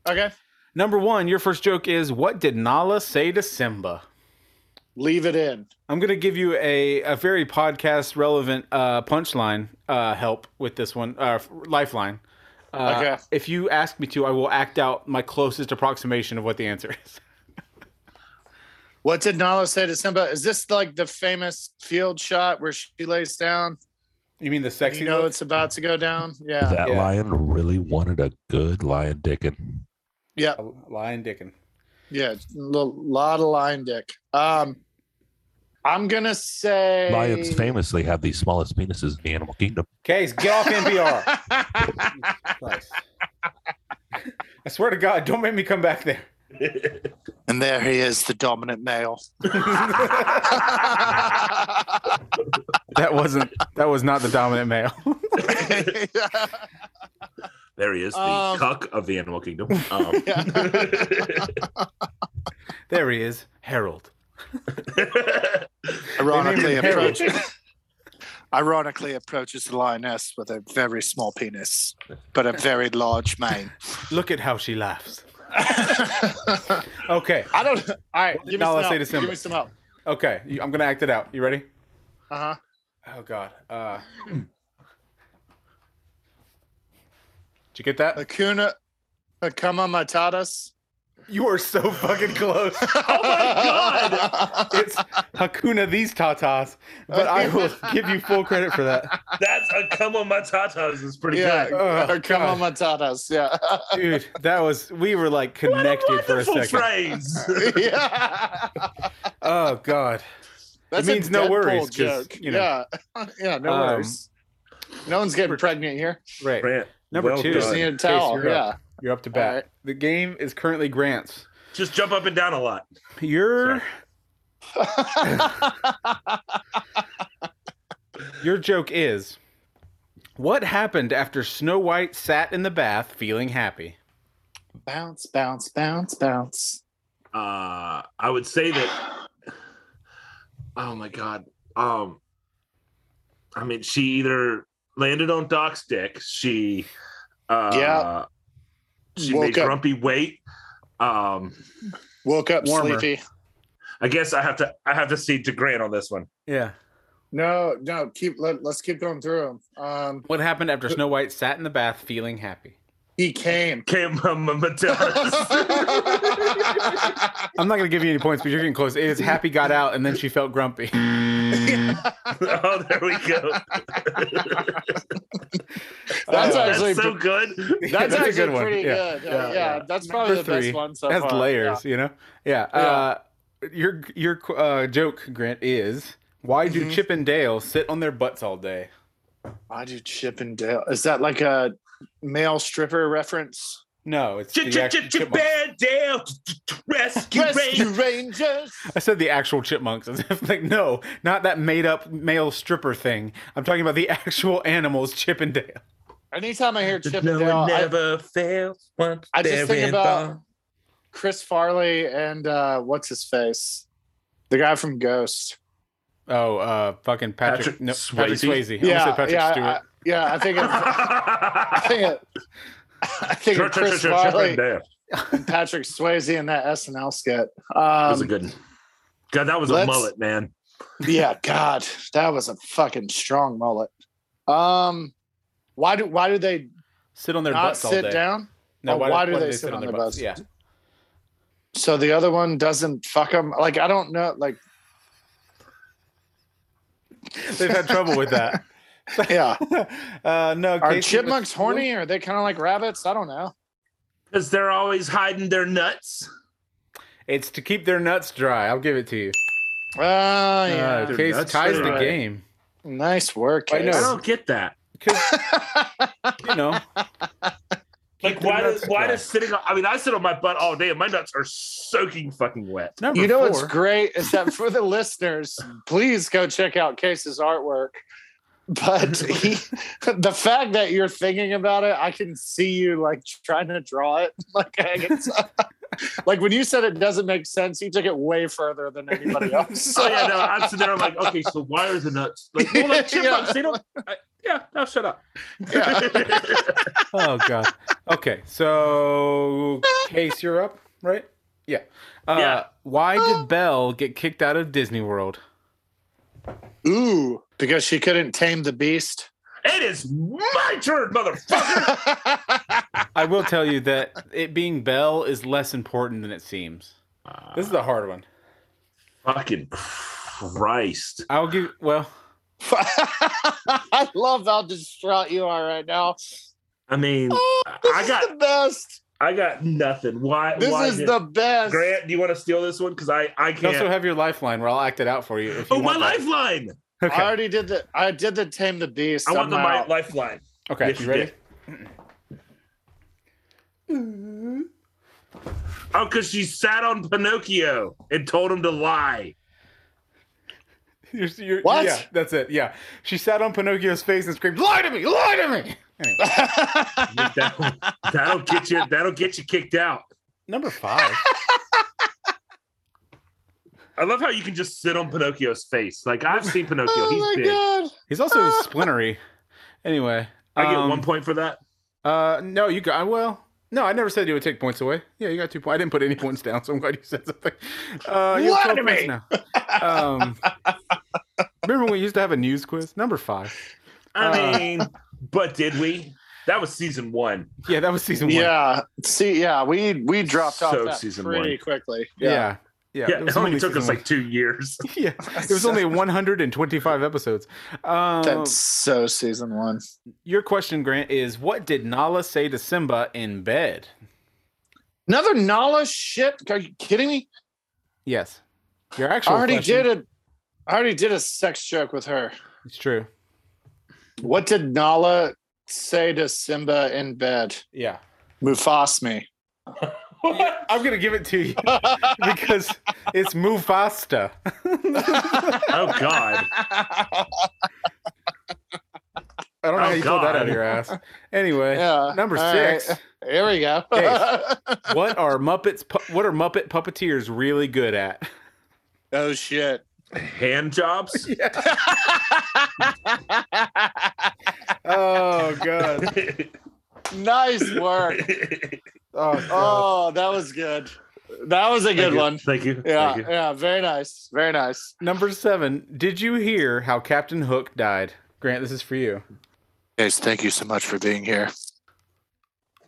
[SPEAKER 2] it. okay.
[SPEAKER 5] Number one, your first joke is what did Nala say to Simba?
[SPEAKER 2] Leave it in.
[SPEAKER 5] I'm gonna give you a, a very podcast relevant uh, punchline uh, help with this one, uh, lifeline. Uh,
[SPEAKER 2] Okay.
[SPEAKER 5] If you ask me to, I will act out my closest approximation of what the answer is.
[SPEAKER 2] What did Nala say to Simba? Is this like the famous field shot where she lays down?
[SPEAKER 5] You mean the
[SPEAKER 2] and
[SPEAKER 5] sexy?
[SPEAKER 2] You know
[SPEAKER 5] look?
[SPEAKER 2] it's about to go down. Yeah.
[SPEAKER 6] that
[SPEAKER 5] Yeah.
[SPEAKER 6] lion really wanted a good lion dickin
[SPEAKER 2] Yeah.
[SPEAKER 5] Lion Dickin.
[SPEAKER 2] Yeah. it's A little- lot of lion dick. Um, I'm gonna say
[SPEAKER 6] famously have the smallest penises in the animal kingdom
[SPEAKER 5] Okay, get off NPR. Christ. I swear to God, don't make me come back there.
[SPEAKER 2] And there he is, the dominant male.
[SPEAKER 5] That wasn't. That was not the dominant male.
[SPEAKER 6] there he is the
[SPEAKER 2] Um,
[SPEAKER 6] cuck of the animal kingdom um,
[SPEAKER 5] there he is, Harold.
[SPEAKER 2] ironically
[SPEAKER 5] They named him
[SPEAKER 2] approaches ironically approaches the lioness with a very small penis, but a very large mane.
[SPEAKER 5] Look at how she laughs.
[SPEAKER 2] I
[SPEAKER 5] Okay,
[SPEAKER 2] don't. All right, give me
[SPEAKER 5] No,
[SPEAKER 2] some
[SPEAKER 5] I'll say to
[SPEAKER 2] help. Give
[SPEAKER 5] Simba.
[SPEAKER 2] me some help.
[SPEAKER 5] okay. you- I'm gonna act it out. You ready?
[SPEAKER 2] Uh huh.
[SPEAKER 5] Oh God. Uh, did you get that?
[SPEAKER 2] Akuna, Akuma Matatas.
[SPEAKER 5] You are so fucking close.
[SPEAKER 2] Oh my
[SPEAKER 5] It's Hakuna these tatas, but I will give you full credit for that,
[SPEAKER 6] that's a come on my tatas is pretty
[SPEAKER 2] yeah,
[SPEAKER 6] good
[SPEAKER 5] Oh,
[SPEAKER 2] Akuma Matatas. Yeah.
[SPEAKER 5] dude. That was we were like
[SPEAKER 6] What a
[SPEAKER 5] connected for a
[SPEAKER 6] wonderful
[SPEAKER 5] second.
[SPEAKER 6] phrase
[SPEAKER 2] yeah.
[SPEAKER 5] Oh God.
[SPEAKER 2] That's
[SPEAKER 5] It means
[SPEAKER 2] a
[SPEAKER 5] no
[SPEAKER 2] Deadpool
[SPEAKER 5] worries, 'cause,
[SPEAKER 2] Joke.
[SPEAKER 5] you know.
[SPEAKER 2] Yeah. yeah. No
[SPEAKER 5] Um,
[SPEAKER 2] worries. No one's getting pregnant here.
[SPEAKER 5] Right.
[SPEAKER 6] Grant,
[SPEAKER 5] Number
[SPEAKER 6] well
[SPEAKER 5] two.
[SPEAKER 6] done.
[SPEAKER 2] Just need a
[SPEAKER 5] Chase,
[SPEAKER 2] towel.
[SPEAKER 5] you're
[SPEAKER 2] Yeah.
[SPEAKER 5] up. You're up to bat.
[SPEAKER 2] All right.
[SPEAKER 5] The game is currently Grant's.
[SPEAKER 6] just jump up and down a lot
[SPEAKER 5] Your your joke is what happened after Snow White sat in the bath feeling happy?
[SPEAKER 2] bounce, bounce, bounce, bounce.
[SPEAKER 6] uh i would say that oh my god um i mean she either landed on doc's dick she uh
[SPEAKER 2] Yeah.
[SPEAKER 6] she
[SPEAKER 2] Woke
[SPEAKER 6] made
[SPEAKER 2] up.
[SPEAKER 6] grumpy wait um
[SPEAKER 2] Woke up
[SPEAKER 5] Warmer.
[SPEAKER 2] sleepy.
[SPEAKER 6] i guess i have to i have to see to grant on this one
[SPEAKER 5] Yeah.
[SPEAKER 2] No, no. Keep let, let's keep going through them. Um,
[SPEAKER 5] What happened after Snow White sat in the bath feeling happy?
[SPEAKER 2] he came.
[SPEAKER 6] came from Matilda's.
[SPEAKER 5] I'm not going to give you any points, but you're getting close. It is happy got out and then she felt grumpy.
[SPEAKER 6] oh there we go
[SPEAKER 2] Oh, That's
[SPEAKER 6] that's
[SPEAKER 2] actually
[SPEAKER 6] so good
[SPEAKER 2] that's,
[SPEAKER 5] a
[SPEAKER 2] actually
[SPEAKER 5] good one.
[SPEAKER 2] pretty
[SPEAKER 5] Yeah.
[SPEAKER 2] good. Yeah,
[SPEAKER 5] Yeah,
[SPEAKER 2] yeah,
[SPEAKER 5] yeah.
[SPEAKER 2] that's probably
[SPEAKER 5] Number
[SPEAKER 2] the
[SPEAKER 5] three
[SPEAKER 2] best one so
[SPEAKER 5] That's
[SPEAKER 2] far.
[SPEAKER 5] layers, you know? Yeah. Uh, your your uh, joke, Grant, is why do Chip and Dale sit on their butts all day?
[SPEAKER 2] Yeah. I do Chip and Dale. Is that like a male stripper reference?
[SPEAKER 5] No, it's
[SPEAKER 6] Chip,
[SPEAKER 5] the
[SPEAKER 6] chip,
[SPEAKER 5] actual
[SPEAKER 6] chip, chip,
[SPEAKER 5] chipmunks.
[SPEAKER 6] and Dale, rescue,
[SPEAKER 2] Rescue
[SPEAKER 6] rescue.
[SPEAKER 2] Rangers.
[SPEAKER 5] I said the actual chipmunks. As if, like, no, not that made up male stripper thing. I'm talking about the actual animals, Chip and Dale.
[SPEAKER 2] Anytime I hear Chip and
[SPEAKER 6] No
[SPEAKER 2] Dale,
[SPEAKER 6] one
[SPEAKER 2] I,
[SPEAKER 6] never fails once
[SPEAKER 2] I just
[SPEAKER 6] they're
[SPEAKER 2] think
[SPEAKER 6] in
[SPEAKER 2] about-
[SPEAKER 6] love.
[SPEAKER 2] Chris Farley and uh, what's his face, the guy from Ghost.
[SPEAKER 5] Oh, uh, fucking Patrick,
[SPEAKER 6] Patrick
[SPEAKER 5] no,
[SPEAKER 6] Swayze?
[SPEAKER 5] Patrick Swayze. I almost
[SPEAKER 2] Yeah,
[SPEAKER 5] said Patrick
[SPEAKER 2] yeah,
[SPEAKER 5] Stewart.
[SPEAKER 2] I- Yeah, I think it's, I think it, I think
[SPEAKER 6] Sure,
[SPEAKER 2] it's
[SPEAKER 6] sure, sure,
[SPEAKER 2] Chris
[SPEAKER 6] sure, sure,
[SPEAKER 2] Farley
[SPEAKER 6] damn.
[SPEAKER 2] and Patrick Swayze in that SNL skit.
[SPEAKER 6] That was
[SPEAKER 2] Um,
[SPEAKER 6] a good one. God, that was a
[SPEAKER 2] let's-
[SPEAKER 6] mullet, man.
[SPEAKER 2] yeah, God, that was a fucking strong mullet. Um, why do why do they
[SPEAKER 5] Sit on their
[SPEAKER 2] not
[SPEAKER 5] butts all
[SPEAKER 2] sit
[SPEAKER 5] day.
[SPEAKER 2] down?
[SPEAKER 5] No,
[SPEAKER 2] Oh,
[SPEAKER 5] why, why do they,
[SPEAKER 2] sit on
[SPEAKER 5] their
[SPEAKER 2] their
[SPEAKER 5] butts?
[SPEAKER 2] butts?
[SPEAKER 5] Yeah.
[SPEAKER 2] So the other one doesn't fuck them. Like I don't know. Like
[SPEAKER 5] They've had trouble with that.
[SPEAKER 2] yeah,
[SPEAKER 5] Uh, no,
[SPEAKER 2] are
[SPEAKER 5] Casey was-
[SPEAKER 2] chipmunks horny? Are they kind of like rabbits? I don't know.
[SPEAKER 6] Because they're always hiding their nuts.
[SPEAKER 5] It's to keep their nuts dry. I'll give it to you.
[SPEAKER 2] Oh yeah,
[SPEAKER 5] uh,
[SPEAKER 6] Their
[SPEAKER 5] Case
[SPEAKER 6] nuts
[SPEAKER 5] ties the
[SPEAKER 6] dry.
[SPEAKER 5] game.
[SPEAKER 2] nice work.
[SPEAKER 5] I know.
[SPEAKER 6] I
[SPEAKER 2] Case.
[SPEAKER 6] don't get that.
[SPEAKER 5] You know,
[SPEAKER 6] Like, why does why does sitting? On, I mean, I sit on my butt all day, and my nuts are soaking fucking wet.
[SPEAKER 5] number
[SPEAKER 2] you know
[SPEAKER 5] four.
[SPEAKER 2] what's great is that for the listeners, please go check out Case's artwork. But he, the fact that you're thinking about it, I can see you like trying to draw it. Like, I can tell. like when you said it doesn't make sense, you took it way further than anybody else.
[SPEAKER 6] So yeah, no, I'm sitting there. I'm like, okay, so why are the nuts? Like, well, like chipmunks, they don't. I, yeah, no, shut up.
[SPEAKER 5] Oh god. Okay, so Case, you're up, right? Yeah. Uh,
[SPEAKER 6] Yeah.
[SPEAKER 5] Why did Belle get kicked out of Disney World?
[SPEAKER 2] Ooh, because she couldn't tame the beast.
[SPEAKER 6] it is my turn, motherfucker.
[SPEAKER 5] I will tell you that it being Belle is less important than it seems.
[SPEAKER 6] Uh,
[SPEAKER 5] This is a hard one.
[SPEAKER 6] fucking Christ.
[SPEAKER 5] I'll give. Well,
[SPEAKER 2] I love how distraught you are right now.
[SPEAKER 6] I mean,
[SPEAKER 2] Oh, this
[SPEAKER 6] I
[SPEAKER 2] is
[SPEAKER 6] got-
[SPEAKER 2] the best.
[SPEAKER 6] I got nothing. Why?
[SPEAKER 2] This
[SPEAKER 6] why
[SPEAKER 2] is
[SPEAKER 6] did-
[SPEAKER 2] the best.
[SPEAKER 6] Grant, do you want to steal this one? Because I, I
[SPEAKER 5] you also
[SPEAKER 6] can't.
[SPEAKER 5] have your lifeline, where I'll act it out for you. If you
[SPEAKER 6] Oh, my
[SPEAKER 5] want that.
[SPEAKER 6] lifeline.
[SPEAKER 2] I already did the. I did the tame the beast.
[SPEAKER 6] I want the
[SPEAKER 2] I'm
[SPEAKER 6] my
[SPEAKER 2] out.
[SPEAKER 6] lifeline.
[SPEAKER 5] Okay,
[SPEAKER 6] Yes,
[SPEAKER 5] uh, you
[SPEAKER 6] you
[SPEAKER 5] ready?
[SPEAKER 6] Oh, because she sat on Pinocchio and told him to lie.
[SPEAKER 5] You're, you're,
[SPEAKER 2] What?
[SPEAKER 5] Yeah, that's it. Yeah, she sat on Pinocchio's face and screamed, "Lie to me! Lie to me!" Anyway,
[SPEAKER 6] That'll, that'll get you. That'll get you kicked out.
[SPEAKER 5] number five.
[SPEAKER 6] I love how you can just sit on Pinocchio's face. Like I've seen Pinocchio.
[SPEAKER 2] Oh my
[SPEAKER 6] He's big.
[SPEAKER 2] god.
[SPEAKER 5] He's also splintery. Anyway,
[SPEAKER 6] I get
[SPEAKER 5] um,
[SPEAKER 6] one point for that.
[SPEAKER 5] Uh, no, you got well. No, I never said you would take points away. Yeah, you got two points. I didn't put any points down, so I'm glad you said something. Uh, you
[SPEAKER 2] Lie
[SPEAKER 5] have
[SPEAKER 2] to
[SPEAKER 5] 12 points
[SPEAKER 2] me.
[SPEAKER 5] now. Um, remember when we used to have a news quiz? Number five. Um,
[SPEAKER 6] I mean, but did we? That was season one.
[SPEAKER 5] Yeah, that was season one.
[SPEAKER 2] Yeah. See, yeah, we we dropped
[SPEAKER 6] So
[SPEAKER 2] off that
[SPEAKER 6] season
[SPEAKER 2] pretty
[SPEAKER 6] one.
[SPEAKER 2] quickly.
[SPEAKER 5] yeah, yeah.
[SPEAKER 6] Yeah, it only took
[SPEAKER 5] season
[SPEAKER 6] us
[SPEAKER 5] one.
[SPEAKER 6] like two years.
[SPEAKER 5] yeah, it was only 125 episodes. Um,
[SPEAKER 2] That's so season one.
[SPEAKER 5] Your question, Grant, is what did Nala say to Simba in bed?
[SPEAKER 2] Another Nala shit. Are you kidding me?
[SPEAKER 5] Yes, your
[SPEAKER 2] I
[SPEAKER 5] actual.
[SPEAKER 2] already
[SPEAKER 5] question-
[SPEAKER 2] did it. I already did a sex joke with her.
[SPEAKER 5] It's true.
[SPEAKER 2] What did Nala say to Simba in bed?
[SPEAKER 5] Yeah.
[SPEAKER 2] Mufas me.
[SPEAKER 6] Oh,
[SPEAKER 5] I'm gonna give it to you because it's Mufasa.
[SPEAKER 6] Oh God.
[SPEAKER 5] I don't know
[SPEAKER 6] Oh,
[SPEAKER 5] how you pulled that
[SPEAKER 6] God.
[SPEAKER 5] out of your ass. Anyway,
[SPEAKER 2] Yeah.
[SPEAKER 5] number
[SPEAKER 2] all right.
[SPEAKER 5] six.
[SPEAKER 2] Here we go.
[SPEAKER 5] What are Muppets? pu- What are Muppet puppeteers really good at?
[SPEAKER 2] oh shit.
[SPEAKER 6] Hand jobs.
[SPEAKER 5] Oh god!
[SPEAKER 2] Nice work. Oh, that was good. That was a good one.
[SPEAKER 6] Thank you.
[SPEAKER 2] Yeah,
[SPEAKER 6] Thank you.
[SPEAKER 2] yeah, very nice, very nice.
[SPEAKER 5] Number seven. Did you hear how Captain Hook died? Grant, this is for you.
[SPEAKER 2] Guys, thank you so much for being here.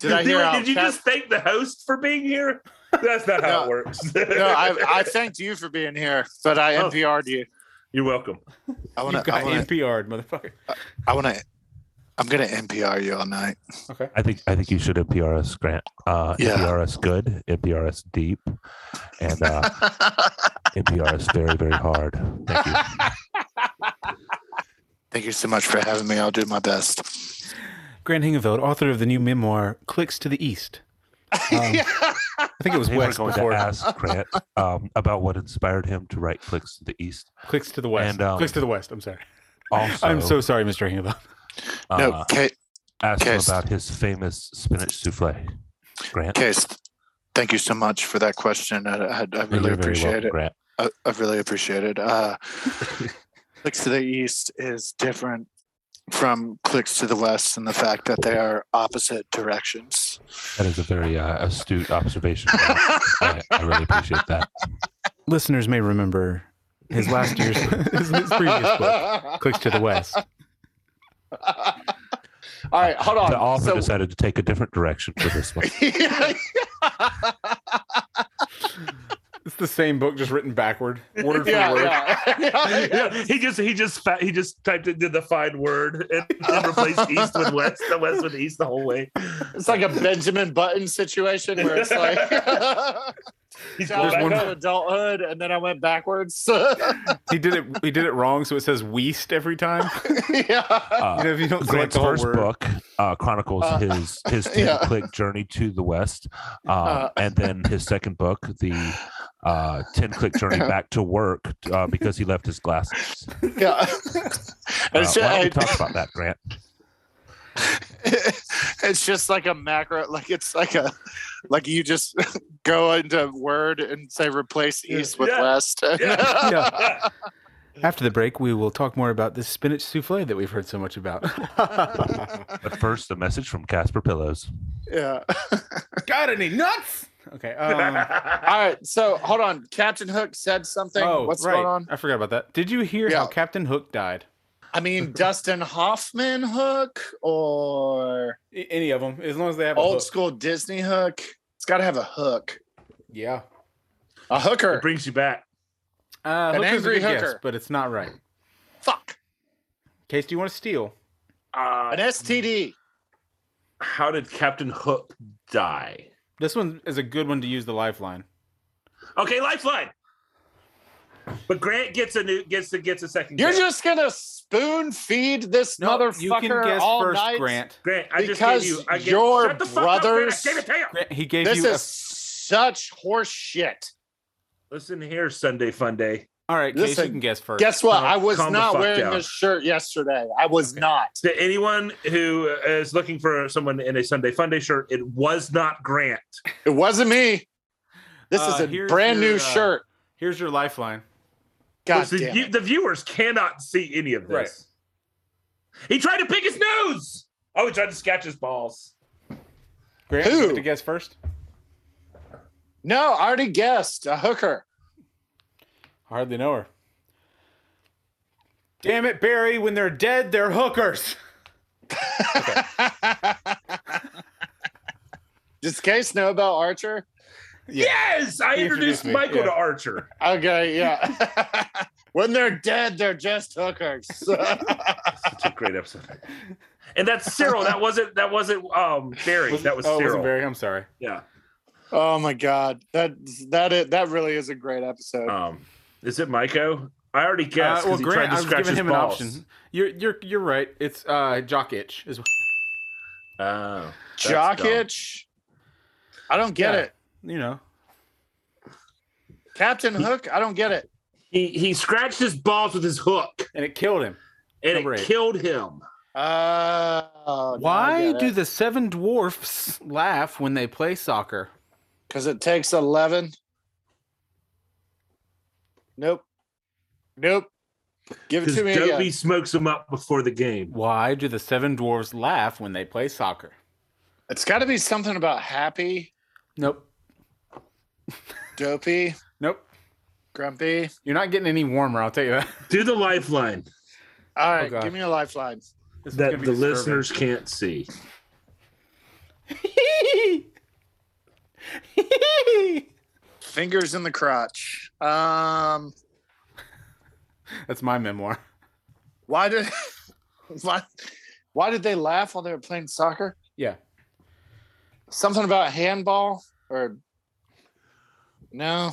[SPEAKER 2] Did I
[SPEAKER 6] Did,
[SPEAKER 2] hear?
[SPEAKER 6] you-
[SPEAKER 2] how
[SPEAKER 6] did you
[SPEAKER 2] Cap-
[SPEAKER 6] just thank the host for being here? That's not how
[SPEAKER 2] No.
[SPEAKER 6] it works.
[SPEAKER 2] No, I, I thanked you for being here, but I
[SPEAKER 6] Oh.
[SPEAKER 2] NPR'd you.
[SPEAKER 6] You're welcome.
[SPEAKER 2] I
[SPEAKER 5] You've got NPR'd, motherfucker.
[SPEAKER 2] I want to. I'm gonna NPR you all night.
[SPEAKER 3] I think I think you should NPRS Grant. Uh,
[SPEAKER 2] Yeah.
[SPEAKER 3] NPRS good, NPRS deep, and uh, NPRS very very hard. Thank you.
[SPEAKER 2] Thank you so much for having me. I'll do my best.
[SPEAKER 5] Grant Hingeveld, author of the new memoir "Clicks to the East." I think it was
[SPEAKER 3] Hey, we're
[SPEAKER 5] West
[SPEAKER 3] going
[SPEAKER 5] before.
[SPEAKER 3] to ask Grant um, about what inspired him to write "Clicks to the East."
[SPEAKER 5] Clicks to the West.
[SPEAKER 3] And, um,
[SPEAKER 5] Clicks to the West. I'm sorry.
[SPEAKER 3] Also,
[SPEAKER 5] I'm so sorry, Mr. Hingeveld.
[SPEAKER 3] uh,
[SPEAKER 2] no, Ca-
[SPEAKER 3] ask him
[SPEAKER 2] Case.
[SPEAKER 3] about his famous spinach souffle. Grant,
[SPEAKER 2] Case, thank you so much for that question. I, I, I really
[SPEAKER 3] You're very
[SPEAKER 2] appreciate
[SPEAKER 3] welcome,
[SPEAKER 2] it.
[SPEAKER 3] Grant.
[SPEAKER 2] I, I really appreciate it. Uh, Clicks to the East is different from Clicks to the West and the fact that they are opposite directions.
[SPEAKER 3] That is a very uh, astute observation. Paul. I, I really appreciate that.
[SPEAKER 5] Listeners may remember his last year's his, his previous book, Clicks to the West.
[SPEAKER 2] All right, hold on.
[SPEAKER 3] The author
[SPEAKER 2] So-
[SPEAKER 3] decided to take a different direction for this one.
[SPEAKER 5] It's the same book, just written backward, word for
[SPEAKER 2] yeah,
[SPEAKER 5] word.
[SPEAKER 2] yeah.
[SPEAKER 6] Yeah, he just he just fa- he just typed it did the fine word and, and replaced east with west, the west with east the whole way.
[SPEAKER 2] It's like a Benjamin Button situation where it's like
[SPEAKER 6] He's
[SPEAKER 2] I
[SPEAKER 6] going
[SPEAKER 2] went
[SPEAKER 6] back
[SPEAKER 2] to adulthood and then I went backwards. yeah.
[SPEAKER 5] He did it. He did it wrong, so it says "weast" every time.
[SPEAKER 3] Uh,
[SPEAKER 5] You know, if you don't select
[SPEAKER 3] Grant's
[SPEAKER 5] the whole
[SPEAKER 3] first
[SPEAKER 5] word,
[SPEAKER 3] book uh, chronicles
[SPEAKER 2] Uh,
[SPEAKER 3] his his ten
[SPEAKER 2] yeah.
[SPEAKER 3] click journey to the West, um,
[SPEAKER 2] Uh.
[SPEAKER 3] and then his second book, the uh, ten click journey back to work, uh, because he left his glasses. Uh,
[SPEAKER 2] Yeah.
[SPEAKER 3] why
[SPEAKER 2] It's, ju-
[SPEAKER 3] Uh, don't we
[SPEAKER 2] I-
[SPEAKER 3] talk about that, Grant?
[SPEAKER 2] it's just like a macro like it's like a like you just go into word and say replace east with
[SPEAKER 6] Yeah.
[SPEAKER 2] west.
[SPEAKER 6] Yeah.
[SPEAKER 5] Yeah. After the break, we will talk more about this spinach souffle that we've heard so much about.
[SPEAKER 3] But first, a message from Casper Pillows.
[SPEAKER 2] yeah.
[SPEAKER 5] Got any nuts? Okay. Um,
[SPEAKER 2] All right. So hold on. Captain Hook said something.
[SPEAKER 5] oh,
[SPEAKER 2] What's
[SPEAKER 5] right.
[SPEAKER 2] going on?
[SPEAKER 5] I forgot about that. Did you hear how
[SPEAKER 2] Yeah.
[SPEAKER 5] Captain Hook died?
[SPEAKER 2] I mean, Dustin Hoffman Hook or
[SPEAKER 5] I- Any of them, as long as they have a
[SPEAKER 2] old
[SPEAKER 5] hook.
[SPEAKER 2] school Disney Hook. It's got to have a hook.
[SPEAKER 5] Yeah.
[SPEAKER 2] A hooker.
[SPEAKER 6] It brings you back.
[SPEAKER 5] Uh,
[SPEAKER 2] An
[SPEAKER 5] hooker's a
[SPEAKER 2] angry
[SPEAKER 5] good guess,
[SPEAKER 2] hooker.
[SPEAKER 5] but it's not right.
[SPEAKER 2] Fuck.
[SPEAKER 5] Case, do you want to steal?
[SPEAKER 6] Uh,
[SPEAKER 2] An STD.
[SPEAKER 6] how did Captain Hook die?
[SPEAKER 5] This one is a good one to use the lifeline.
[SPEAKER 6] Okay, lifeline. But Grant gets a new gets a gets a second.
[SPEAKER 2] You're
[SPEAKER 6] guess.
[SPEAKER 2] just gonna spoon feed this motherfucker
[SPEAKER 5] you can guess
[SPEAKER 2] all
[SPEAKER 5] first,
[SPEAKER 2] night.
[SPEAKER 5] Grant.
[SPEAKER 6] Grant. I just
[SPEAKER 2] because
[SPEAKER 6] gave you. I gave,
[SPEAKER 2] your
[SPEAKER 6] shut the fuck up, Grant,
[SPEAKER 2] brothers-
[SPEAKER 6] I gave it to you.
[SPEAKER 5] Grant, He gave
[SPEAKER 2] This
[SPEAKER 5] you. a-
[SPEAKER 2] is such horse shit.
[SPEAKER 6] Listen here, Sunday Fun Day.
[SPEAKER 5] all right, Case, you
[SPEAKER 2] listen,
[SPEAKER 5] can guess first.
[SPEAKER 2] Guess what?
[SPEAKER 6] No,
[SPEAKER 2] I was
[SPEAKER 6] calm the
[SPEAKER 2] not
[SPEAKER 6] fuck
[SPEAKER 2] wearing
[SPEAKER 6] down.
[SPEAKER 2] this shirt yesterday. I was not.
[SPEAKER 6] To anyone who uh, is looking for someone in a Sunday Fun Day shirt, it was not Grant.
[SPEAKER 2] It wasn't me. This
[SPEAKER 5] Uh,
[SPEAKER 2] is a
[SPEAKER 5] here's
[SPEAKER 2] brand
[SPEAKER 5] your,
[SPEAKER 2] new
[SPEAKER 5] uh,
[SPEAKER 2] shirt.
[SPEAKER 5] Here's your lifeline.
[SPEAKER 2] God
[SPEAKER 6] Which the,
[SPEAKER 2] damn
[SPEAKER 6] you-
[SPEAKER 2] it.
[SPEAKER 6] the viewers cannot see any of this. He tried to pick his nose. Oh, he tried to scratch his balls.
[SPEAKER 5] Grant, you
[SPEAKER 2] Who?
[SPEAKER 5] get to guess first.
[SPEAKER 2] No, I already guessed. A hooker.
[SPEAKER 5] Hardly know her. Damn it, Barry! When they're dead, they're hookers.
[SPEAKER 2] Does Case know about Archer?
[SPEAKER 6] Yes, I
[SPEAKER 5] He introduced
[SPEAKER 6] introduced,
[SPEAKER 5] me,
[SPEAKER 6] Michael
[SPEAKER 5] yeah.
[SPEAKER 6] to Archer.
[SPEAKER 2] Okay, yeah. when they're dead, they're just hookers.
[SPEAKER 6] Such a great episode. And that's Cyril. That wasn't that wasn't um Barry. that was
[SPEAKER 5] oh, it
[SPEAKER 6] Cyril.
[SPEAKER 5] wasn't Barry. I'm sorry.
[SPEAKER 6] Yeah.
[SPEAKER 2] oh my god, that that is, that really is a great episode.
[SPEAKER 6] Um, is it Michael? I already guessed.
[SPEAKER 5] Uh, well,
[SPEAKER 6] 'cause he
[SPEAKER 5] Grant,
[SPEAKER 6] tried to
[SPEAKER 5] I was
[SPEAKER 6] scratch
[SPEAKER 5] giving
[SPEAKER 6] his
[SPEAKER 5] him
[SPEAKER 6] balls.
[SPEAKER 5] an option. You're you're you're right. It's uh, jock itch. Is
[SPEAKER 6] Oh, that's
[SPEAKER 2] Jock
[SPEAKER 6] dumb.
[SPEAKER 2] itch. I don't get
[SPEAKER 5] Yeah.
[SPEAKER 2] it.
[SPEAKER 5] you know.
[SPEAKER 2] Captain Hook. I don't get it.
[SPEAKER 6] He he scratched his balls with his hook,
[SPEAKER 5] And it killed him.
[SPEAKER 6] and
[SPEAKER 5] Number
[SPEAKER 6] it
[SPEAKER 5] eight.
[SPEAKER 6] killed him.
[SPEAKER 2] Uh, oh, now
[SPEAKER 5] Why
[SPEAKER 2] I get
[SPEAKER 5] do
[SPEAKER 2] it.
[SPEAKER 5] the seven dwarfs laugh when they play soccer?
[SPEAKER 2] Because it takes eleven. Nope. Nope. Give it
[SPEAKER 6] Because
[SPEAKER 2] to me
[SPEAKER 6] Dobie
[SPEAKER 2] again.
[SPEAKER 6] smokes him up before the game.
[SPEAKER 5] Why do the seven dwarfs laugh when they play soccer?
[SPEAKER 2] It's got to be something about happy,
[SPEAKER 5] Nope.
[SPEAKER 2] dopey,
[SPEAKER 5] Nope.
[SPEAKER 2] grumpy.
[SPEAKER 5] You're not getting any warmer, I'll tell you that.
[SPEAKER 6] Do the lifeline
[SPEAKER 2] All right,
[SPEAKER 5] God.
[SPEAKER 2] give me a lifeline.
[SPEAKER 5] This is
[SPEAKER 6] that
[SPEAKER 5] gonna be
[SPEAKER 6] the
[SPEAKER 5] disturbing.
[SPEAKER 6] listeners can't see.
[SPEAKER 2] Fingers in the crotch. Um,
[SPEAKER 5] That's my memoir.
[SPEAKER 2] why did why why did they laugh while they were playing soccer?
[SPEAKER 5] Yeah.
[SPEAKER 2] Something about handball or no?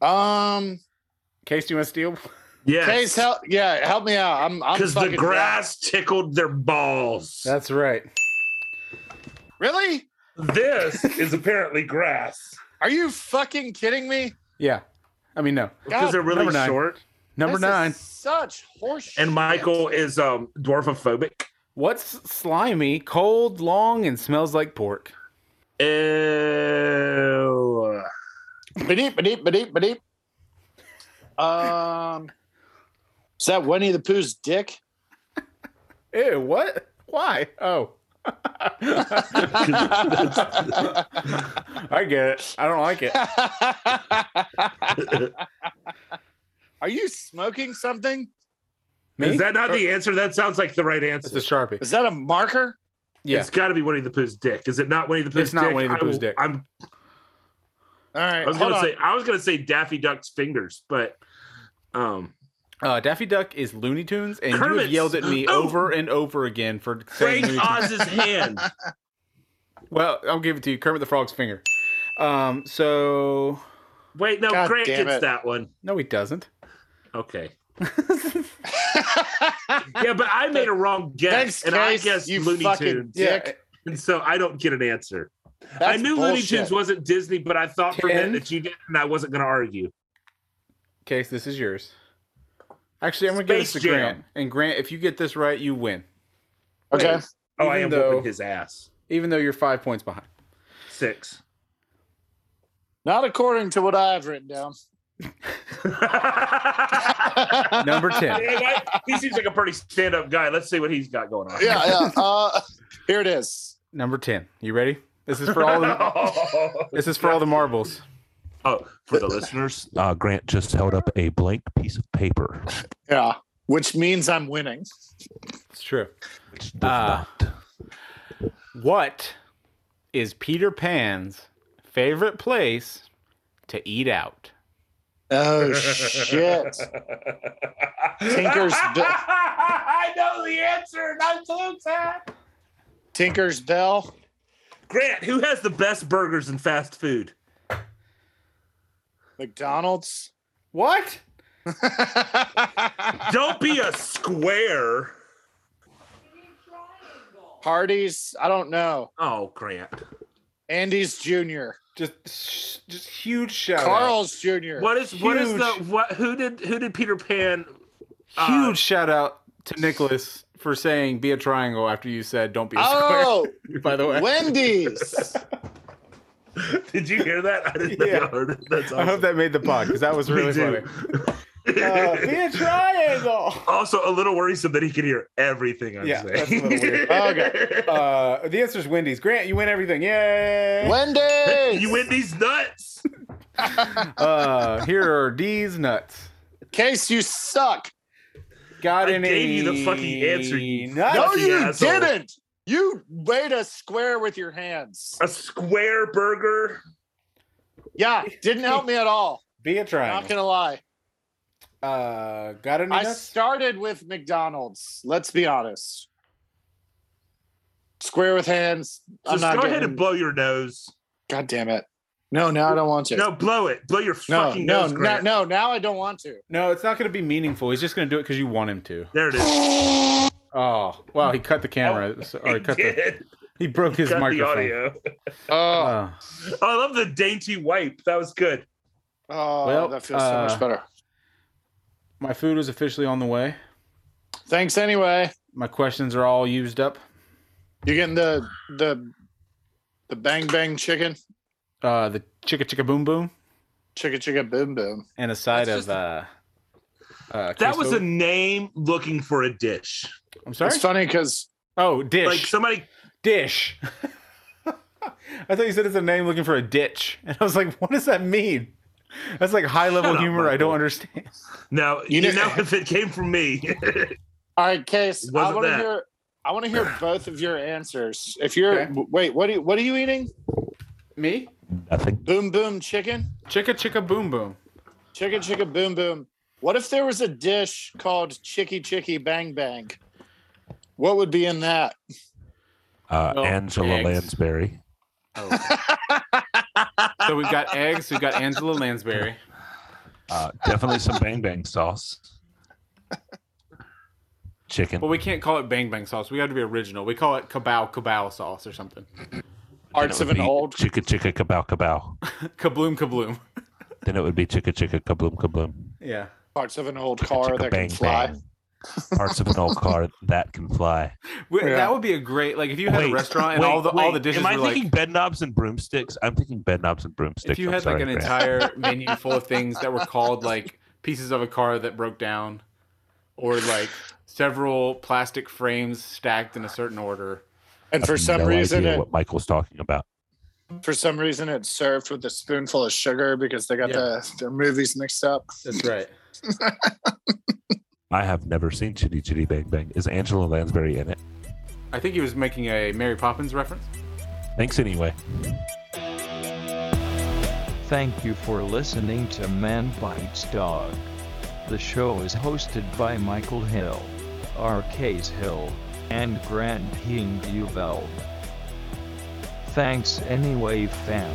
[SPEAKER 2] Um,
[SPEAKER 5] Case, do you want to steal?
[SPEAKER 2] Case,
[SPEAKER 6] Yes,
[SPEAKER 2] help. Yeah, help me out. I'm I'm
[SPEAKER 6] because the
[SPEAKER 2] fucking
[SPEAKER 6] grass tickled their balls.
[SPEAKER 5] That's right.
[SPEAKER 2] down. Really?
[SPEAKER 6] This is apparently grass
[SPEAKER 2] Are you fucking kidding me?
[SPEAKER 5] Yeah. I mean, no.
[SPEAKER 2] God,
[SPEAKER 6] because they're really
[SPEAKER 5] number nine.
[SPEAKER 6] short.
[SPEAKER 5] Number
[SPEAKER 2] this is
[SPEAKER 5] nine.
[SPEAKER 2] such horseshit.
[SPEAKER 6] And Michael is um dwarfophobic.
[SPEAKER 5] What's slimy, cold, long, and smells like pork?
[SPEAKER 6] Ew.
[SPEAKER 2] Beneep, beneep, beneep, beneep. Um, is that Winnie the Pooh's dick?
[SPEAKER 5] Ew, what? Why? Oh. I get it. I don't like it.
[SPEAKER 2] Are you smoking something?
[SPEAKER 5] Me?
[SPEAKER 6] Is that not the answer? That sounds like the right
[SPEAKER 5] It's
[SPEAKER 6] answer.
[SPEAKER 5] a Sharpie.
[SPEAKER 2] Is that a marker?
[SPEAKER 5] yeah.
[SPEAKER 6] It's got to be Winnie the Pooh's dick. Is it not Winnie the Pooh's
[SPEAKER 5] not
[SPEAKER 6] dick?
[SPEAKER 5] Winnie the
[SPEAKER 6] I
[SPEAKER 5] Pooh's
[SPEAKER 6] will-
[SPEAKER 5] dick.
[SPEAKER 6] I'm,
[SPEAKER 2] All right.
[SPEAKER 6] I was
[SPEAKER 2] hold
[SPEAKER 6] gonna
[SPEAKER 2] on.
[SPEAKER 6] say I was gonna say Daffy Duck's fingers, but um,
[SPEAKER 5] Uh, Daffy Duck is Looney Tunes, and you have
[SPEAKER 6] Kermit's-
[SPEAKER 5] yelled at me
[SPEAKER 6] Oh.
[SPEAKER 5] over and over again for saying Looney
[SPEAKER 6] Frank
[SPEAKER 5] Tunes.
[SPEAKER 6] Oz's hand.
[SPEAKER 5] Well, I'll give it to you. Kermit the Frog's finger. Um, so
[SPEAKER 6] Wait, no,
[SPEAKER 2] God
[SPEAKER 6] Grant
[SPEAKER 2] damn
[SPEAKER 6] gets
[SPEAKER 2] it.
[SPEAKER 6] that one.
[SPEAKER 5] no, he doesn't.
[SPEAKER 6] Okay. yeah, but I made a wrong guess,
[SPEAKER 2] Thanks,
[SPEAKER 6] and I
[SPEAKER 2] Case,
[SPEAKER 6] guess
[SPEAKER 2] you
[SPEAKER 6] Looney
[SPEAKER 2] fucking
[SPEAKER 6] Tunes,
[SPEAKER 2] dick.
[SPEAKER 6] and so I don't get an answer. I
[SPEAKER 2] That's
[SPEAKER 6] knew Looney
[SPEAKER 2] bullshit.
[SPEAKER 6] Tunes wasn't Disney, but I thought for a
[SPEAKER 5] Ten.
[SPEAKER 6] minute that you did, and I wasn't going to argue.
[SPEAKER 5] Case, this is yours. Actually, I'm gonna
[SPEAKER 6] Space
[SPEAKER 5] give this to
[SPEAKER 6] Jam.
[SPEAKER 5] Grant. And Grant, if you get this right, you win.
[SPEAKER 2] Okay.
[SPEAKER 6] Wait. Oh, I
[SPEAKER 5] Even
[SPEAKER 6] am
[SPEAKER 5] though-
[SPEAKER 6] whooping his ass.
[SPEAKER 5] Even though you're five points behind.
[SPEAKER 6] Six.
[SPEAKER 2] Not according to what I've written down.
[SPEAKER 6] Yeah,
[SPEAKER 2] yeah,
[SPEAKER 5] Number ten.
[SPEAKER 6] right? he seems like a pretty stand-up guy. Let's see what he's got going on.
[SPEAKER 2] yeah. Uh, here it is.
[SPEAKER 5] Number ten. You ready? This is for all the this is for all the marbles.
[SPEAKER 6] oh, for the listeners,
[SPEAKER 3] Uh, Grant just held up a blank piece of paper,
[SPEAKER 2] Yeah. Which means I'm winning.
[SPEAKER 5] It's true.
[SPEAKER 3] which does
[SPEAKER 5] Ah.
[SPEAKER 3] not.
[SPEAKER 5] What is Peter Pan's favorite place to eat out?
[SPEAKER 2] Oh shit. Tinker's Be-
[SPEAKER 6] I know the answer, and I'm so sad.
[SPEAKER 2] Tinker's Bell.
[SPEAKER 6] Grant, who has the best burgers and fast food?
[SPEAKER 2] McDonald's.
[SPEAKER 5] What?
[SPEAKER 6] Don't be a square.
[SPEAKER 2] Hardee's. I don't know.
[SPEAKER 6] Oh, Grant.
[SPEAKER 2] Andy's Jr.
[SPEAKER 5] Just sh- just huge shout out.
[SPEAKER 2] Carl's Jr.
[SPEAKER 6] What is what is the
[SPEAKER 5] Huge.
[SPEAKER 6] what? Who did who did Peter Pan?
[SPEAKER 5] Huge shout out to Nicholas for saying be a triangle after you said don't be a square.
[SPEAKER 2] Oh,
[SPEAKER 5] By the way.
[SPEAKER 2] Wendy's.
[SPEAKER 6] Did you hear that? I didn't know
[SPEAKER 5] Yeah.
[SPEAKER 6] y'all heard it. That's awesome.
[SPEAKER 5] I hope that made the pod because that was
[SPEAKER 6] Me
[SPEAKER 5] really funny.
[SPEAKER 6] too. Uh,
[SPEAKER 5] Uh, a triangle.
[SPEAKER 6] also, a little worrisome that he can hear everything I'm
[SPEAKER 5] Yeah,
[SPEAKER 6] saying.
[SPEAKER 5] that's a little weird.
[SPEAKER 2] Okay.
[SPEAKER 5] Uh, the answer is Wendy's. Grant, you win everything. Yay!
[SPEAKER 2] Wendy's.
[SPEAKER 6] you win these nuts.
[SPEAKER 5] Uh, here are D's nuts.
[SPEAKER 2] Case, you suck.
[SPEAKER 5] Got
[SPEAKER 6] I
[SPEAKER 5] any?
[SPEAKER 6] gave you the fucking answer, you
[SPEAKER 5] nuts?
[SPEAKER 2] No,
[SPEAKER 6] That's the
[SPEAKER 2] you
[SPEAKER 6] asshole.
[SPEAKER 2] didn't. You made a square with your hands.
[SPEAKER 6] A square burger.
[SPEAKER 2] Yeah, didn't help me at all.
[SPEAKER 5] Be a
[SPEAKER 2] Not
[SPEAKER 5] triangle.
[SPEAKER 2] gonna lie.
[SPEAKER 5] Uh, got any
[SPEAKER 2] I
[SPEAKER 5] nuts?
[SPEAKER 2] started with McDonald's. Let's be honest. Square with hands. I'm
[SPEAKER 6] Just go
[SPEAKER 2] not
[SPEAKER 6] ahead
[SPEAKER 2] getting-
[SPEAKER 6] and blow your nose.
[SPEAKER 2] God damn it. No, now I don't want to.
[SPEAKER 6] No, blow it. Blow your
[SPEAKER 2] no,
[SPEAKER 6] fucking
[SPEAKER 2] no,
[SPEAKER 6] nose,
[SPEAKER 2] no,
[SPEAKER 6] Grant.
[SPEAKER 2] no, now I don't want to.
[SPEAKER 5] no, it's not going to be meaningful. He's just going to do it because you want him to.
[SPEAKER 6] There it is.
[SPEAKER 5] Oh, wow! He cut the camera. So- or he,
[SPEAKER 6] He
[SPEAKER 5] cut the,
[SPEAKER 6] did.
[SPEAKER 5] he broke his
[SPEAKER 6] Cut the
[SPEAKER 5] microphone.
[SPEAKER 6] audio.
[SPEAKER 2] Oh,
[SPEAKER 5] Uh,
[SPEAKER 6] Oh, I love the dainty wipe. That was good.
[SPEAKER 2] oh
[SPEAKER 5] well,
[SPEAKER 2] that feels so
[SPEAKER 5] uh,
[SPEAKER 2] much better.
[SPEAKER 5] my food is officially on the way.
[SPEAKER 2] Thanks anyway.
[SPEAKER 5] My questions are all used up.
[SPEAKER 2] You're getting the the the bang bang chicken,
[SPEAKER 5] Uh, the chicka chicka boom boom
[SPEAKER 2] chicka chicka boom boom.
[SPEAKER 5] and a side
[SPEAKER 6] That's
[SPEAKER 5] of uh, uh,
[SPEAKER 6] That was
[SPEAKER 5] queso.
[SPEAKER 6] a name looking for a dish.
[SPEAKER 5] I'm sorry.
[SPEAKER 2] It's funny because
[SPEAKER 5] Oh, dish.
[SPEAKER 6] Like somebody,
[SPEAKER 5] dish. I thought you said it's a name looking for a ditch, and I was like, "What does that mean?" That's like high level
[SPEAKER 6] up,
[SPEAKER 5] humor. I
[SPEAKER 6] Michael.
[SPEAKER 5] don't understand.
[SPEAKER 6] now
[SPEAKER 2] You
[SPEAKER 6] you know,
[SPEAKER 2] know-
[SPEAKER 6] if it came from me.
[SPEAKER 2] all right, case.
[SPEAKER 6] It
[SPEAKER 2] I
[SPEAKER 6] wasn't
[SPEAKER 2] want to
[SPEAKER 6] that.
[SPEAKER 2] hear. I want to hear both of your answers. If you're
[SPEAKER 5] Okay.
[SPEAKER 2] wait, what are you, what are you eating?
[SPEAKER 5] Me?
[SPEAKER 3] Nothing.
[SPEAKER 2] Boom boom chicken,
[SPEAKER 5] Chicka chicka boom boom.
[SPEAKER 2] chicka chicka boom boom. What if there was a dish called chicky chicky bang bang? What would be in that?
[SPEAKER 3] Uh,
[SPEAKER 5] Oh,
[SPEAKER 3] Angela
[SPEAKER 5] eggs.
[SPEAKER 3] Lansbury.
[SPEAKER 5] So we've got eggs. We've got Angela Lansbury.
[SPEAKER 3] Uh, definitely some bang bang sauce. Chicken.
[SPEAKER 5] But we can't call it bang bang sauce. We have to be original. We call it cabal cabal sauce or something.
[SPEAKER 2] Arts of
[SPEAKER 3] would
[SPEAKER 2] an
[SPEAKER 3] be
[SPEAKER 2] old.
[SPEAKER 3] Chicka chicka kabow kabow.
[SPEAKER 5] Kabloom kabloom.
[SPEAKER 3] Then it would be chicka chicka kabloom kabloom.
[SPEAKER 5] Yeah.
[SPEAKER 2] Parts of an old
[SPEAKER 3] Chicka
[SPEAKER 2] car
[SPEAKER 3] chicka
[SPEAKER 2] that can
[SPEAKER 3] bang
[SPEAKER 2] fly.
[SPEAKER 3] bang. Parts of an old car that can fly.
[SPEAKER 5] We-
[SPEAKER 2] Yeah.
[SPEAKER 5] That would be a great like if you had a restaurant and
[SPEAKER 3] wait,
[SPEAKER 5] all the all
[SPEAKER 3] wait,
[SPEAKER 5] the dishes
[SPEAKER 3] Am I
[SPEAKER 5] were
[SPEAKER 3] thinking
[SPEAKER 5] like
[SPEAKER 3] bed knobs and broomsticks? I'm thinking bed knobs and broomsticks.
[SPEAKER 5] if you
[SPEAKER 3] I'm
[SPEAKER 5] had
[SPEAKER 3] sorry,
[SPEAKER 5] like an
[SPEAKER 3] Grant.
[SPEAKER 5] entire menu full of things that were called like pieces of a car that broke down or like several plastic frames stacked in a certain order.
[SPEAKER 2] And for some
[SPEAKER 3] no
[SPEAKER 2] reason,
[SPEAKER 3] idea
[SPEAKER 2] it,
[SPEAKER 3] what Michael's talking about.
[SPEAKER 2] for some reason, it's served with a spoonful of sugar because they got
[SPEAKER 5] Yeah.
[SPEAKER 2] the their movies mixed up.
[SPEAKER 5] That's right.
[SPEAKER 3] I have never seen Chitty Chitty Bang Bang. Is Angela Lansbury in it?
[SPEAKER 5] I think he was making a Mary Poppins reference.
[SPEAKER 3] Thanks anyway.
[SPEAKER 4] Thank you for listening to Man Bites Dog. The show is hosted by Michael Hill, R. Case Hill, and Grant Heen Duveld. Thanks anyway, fam.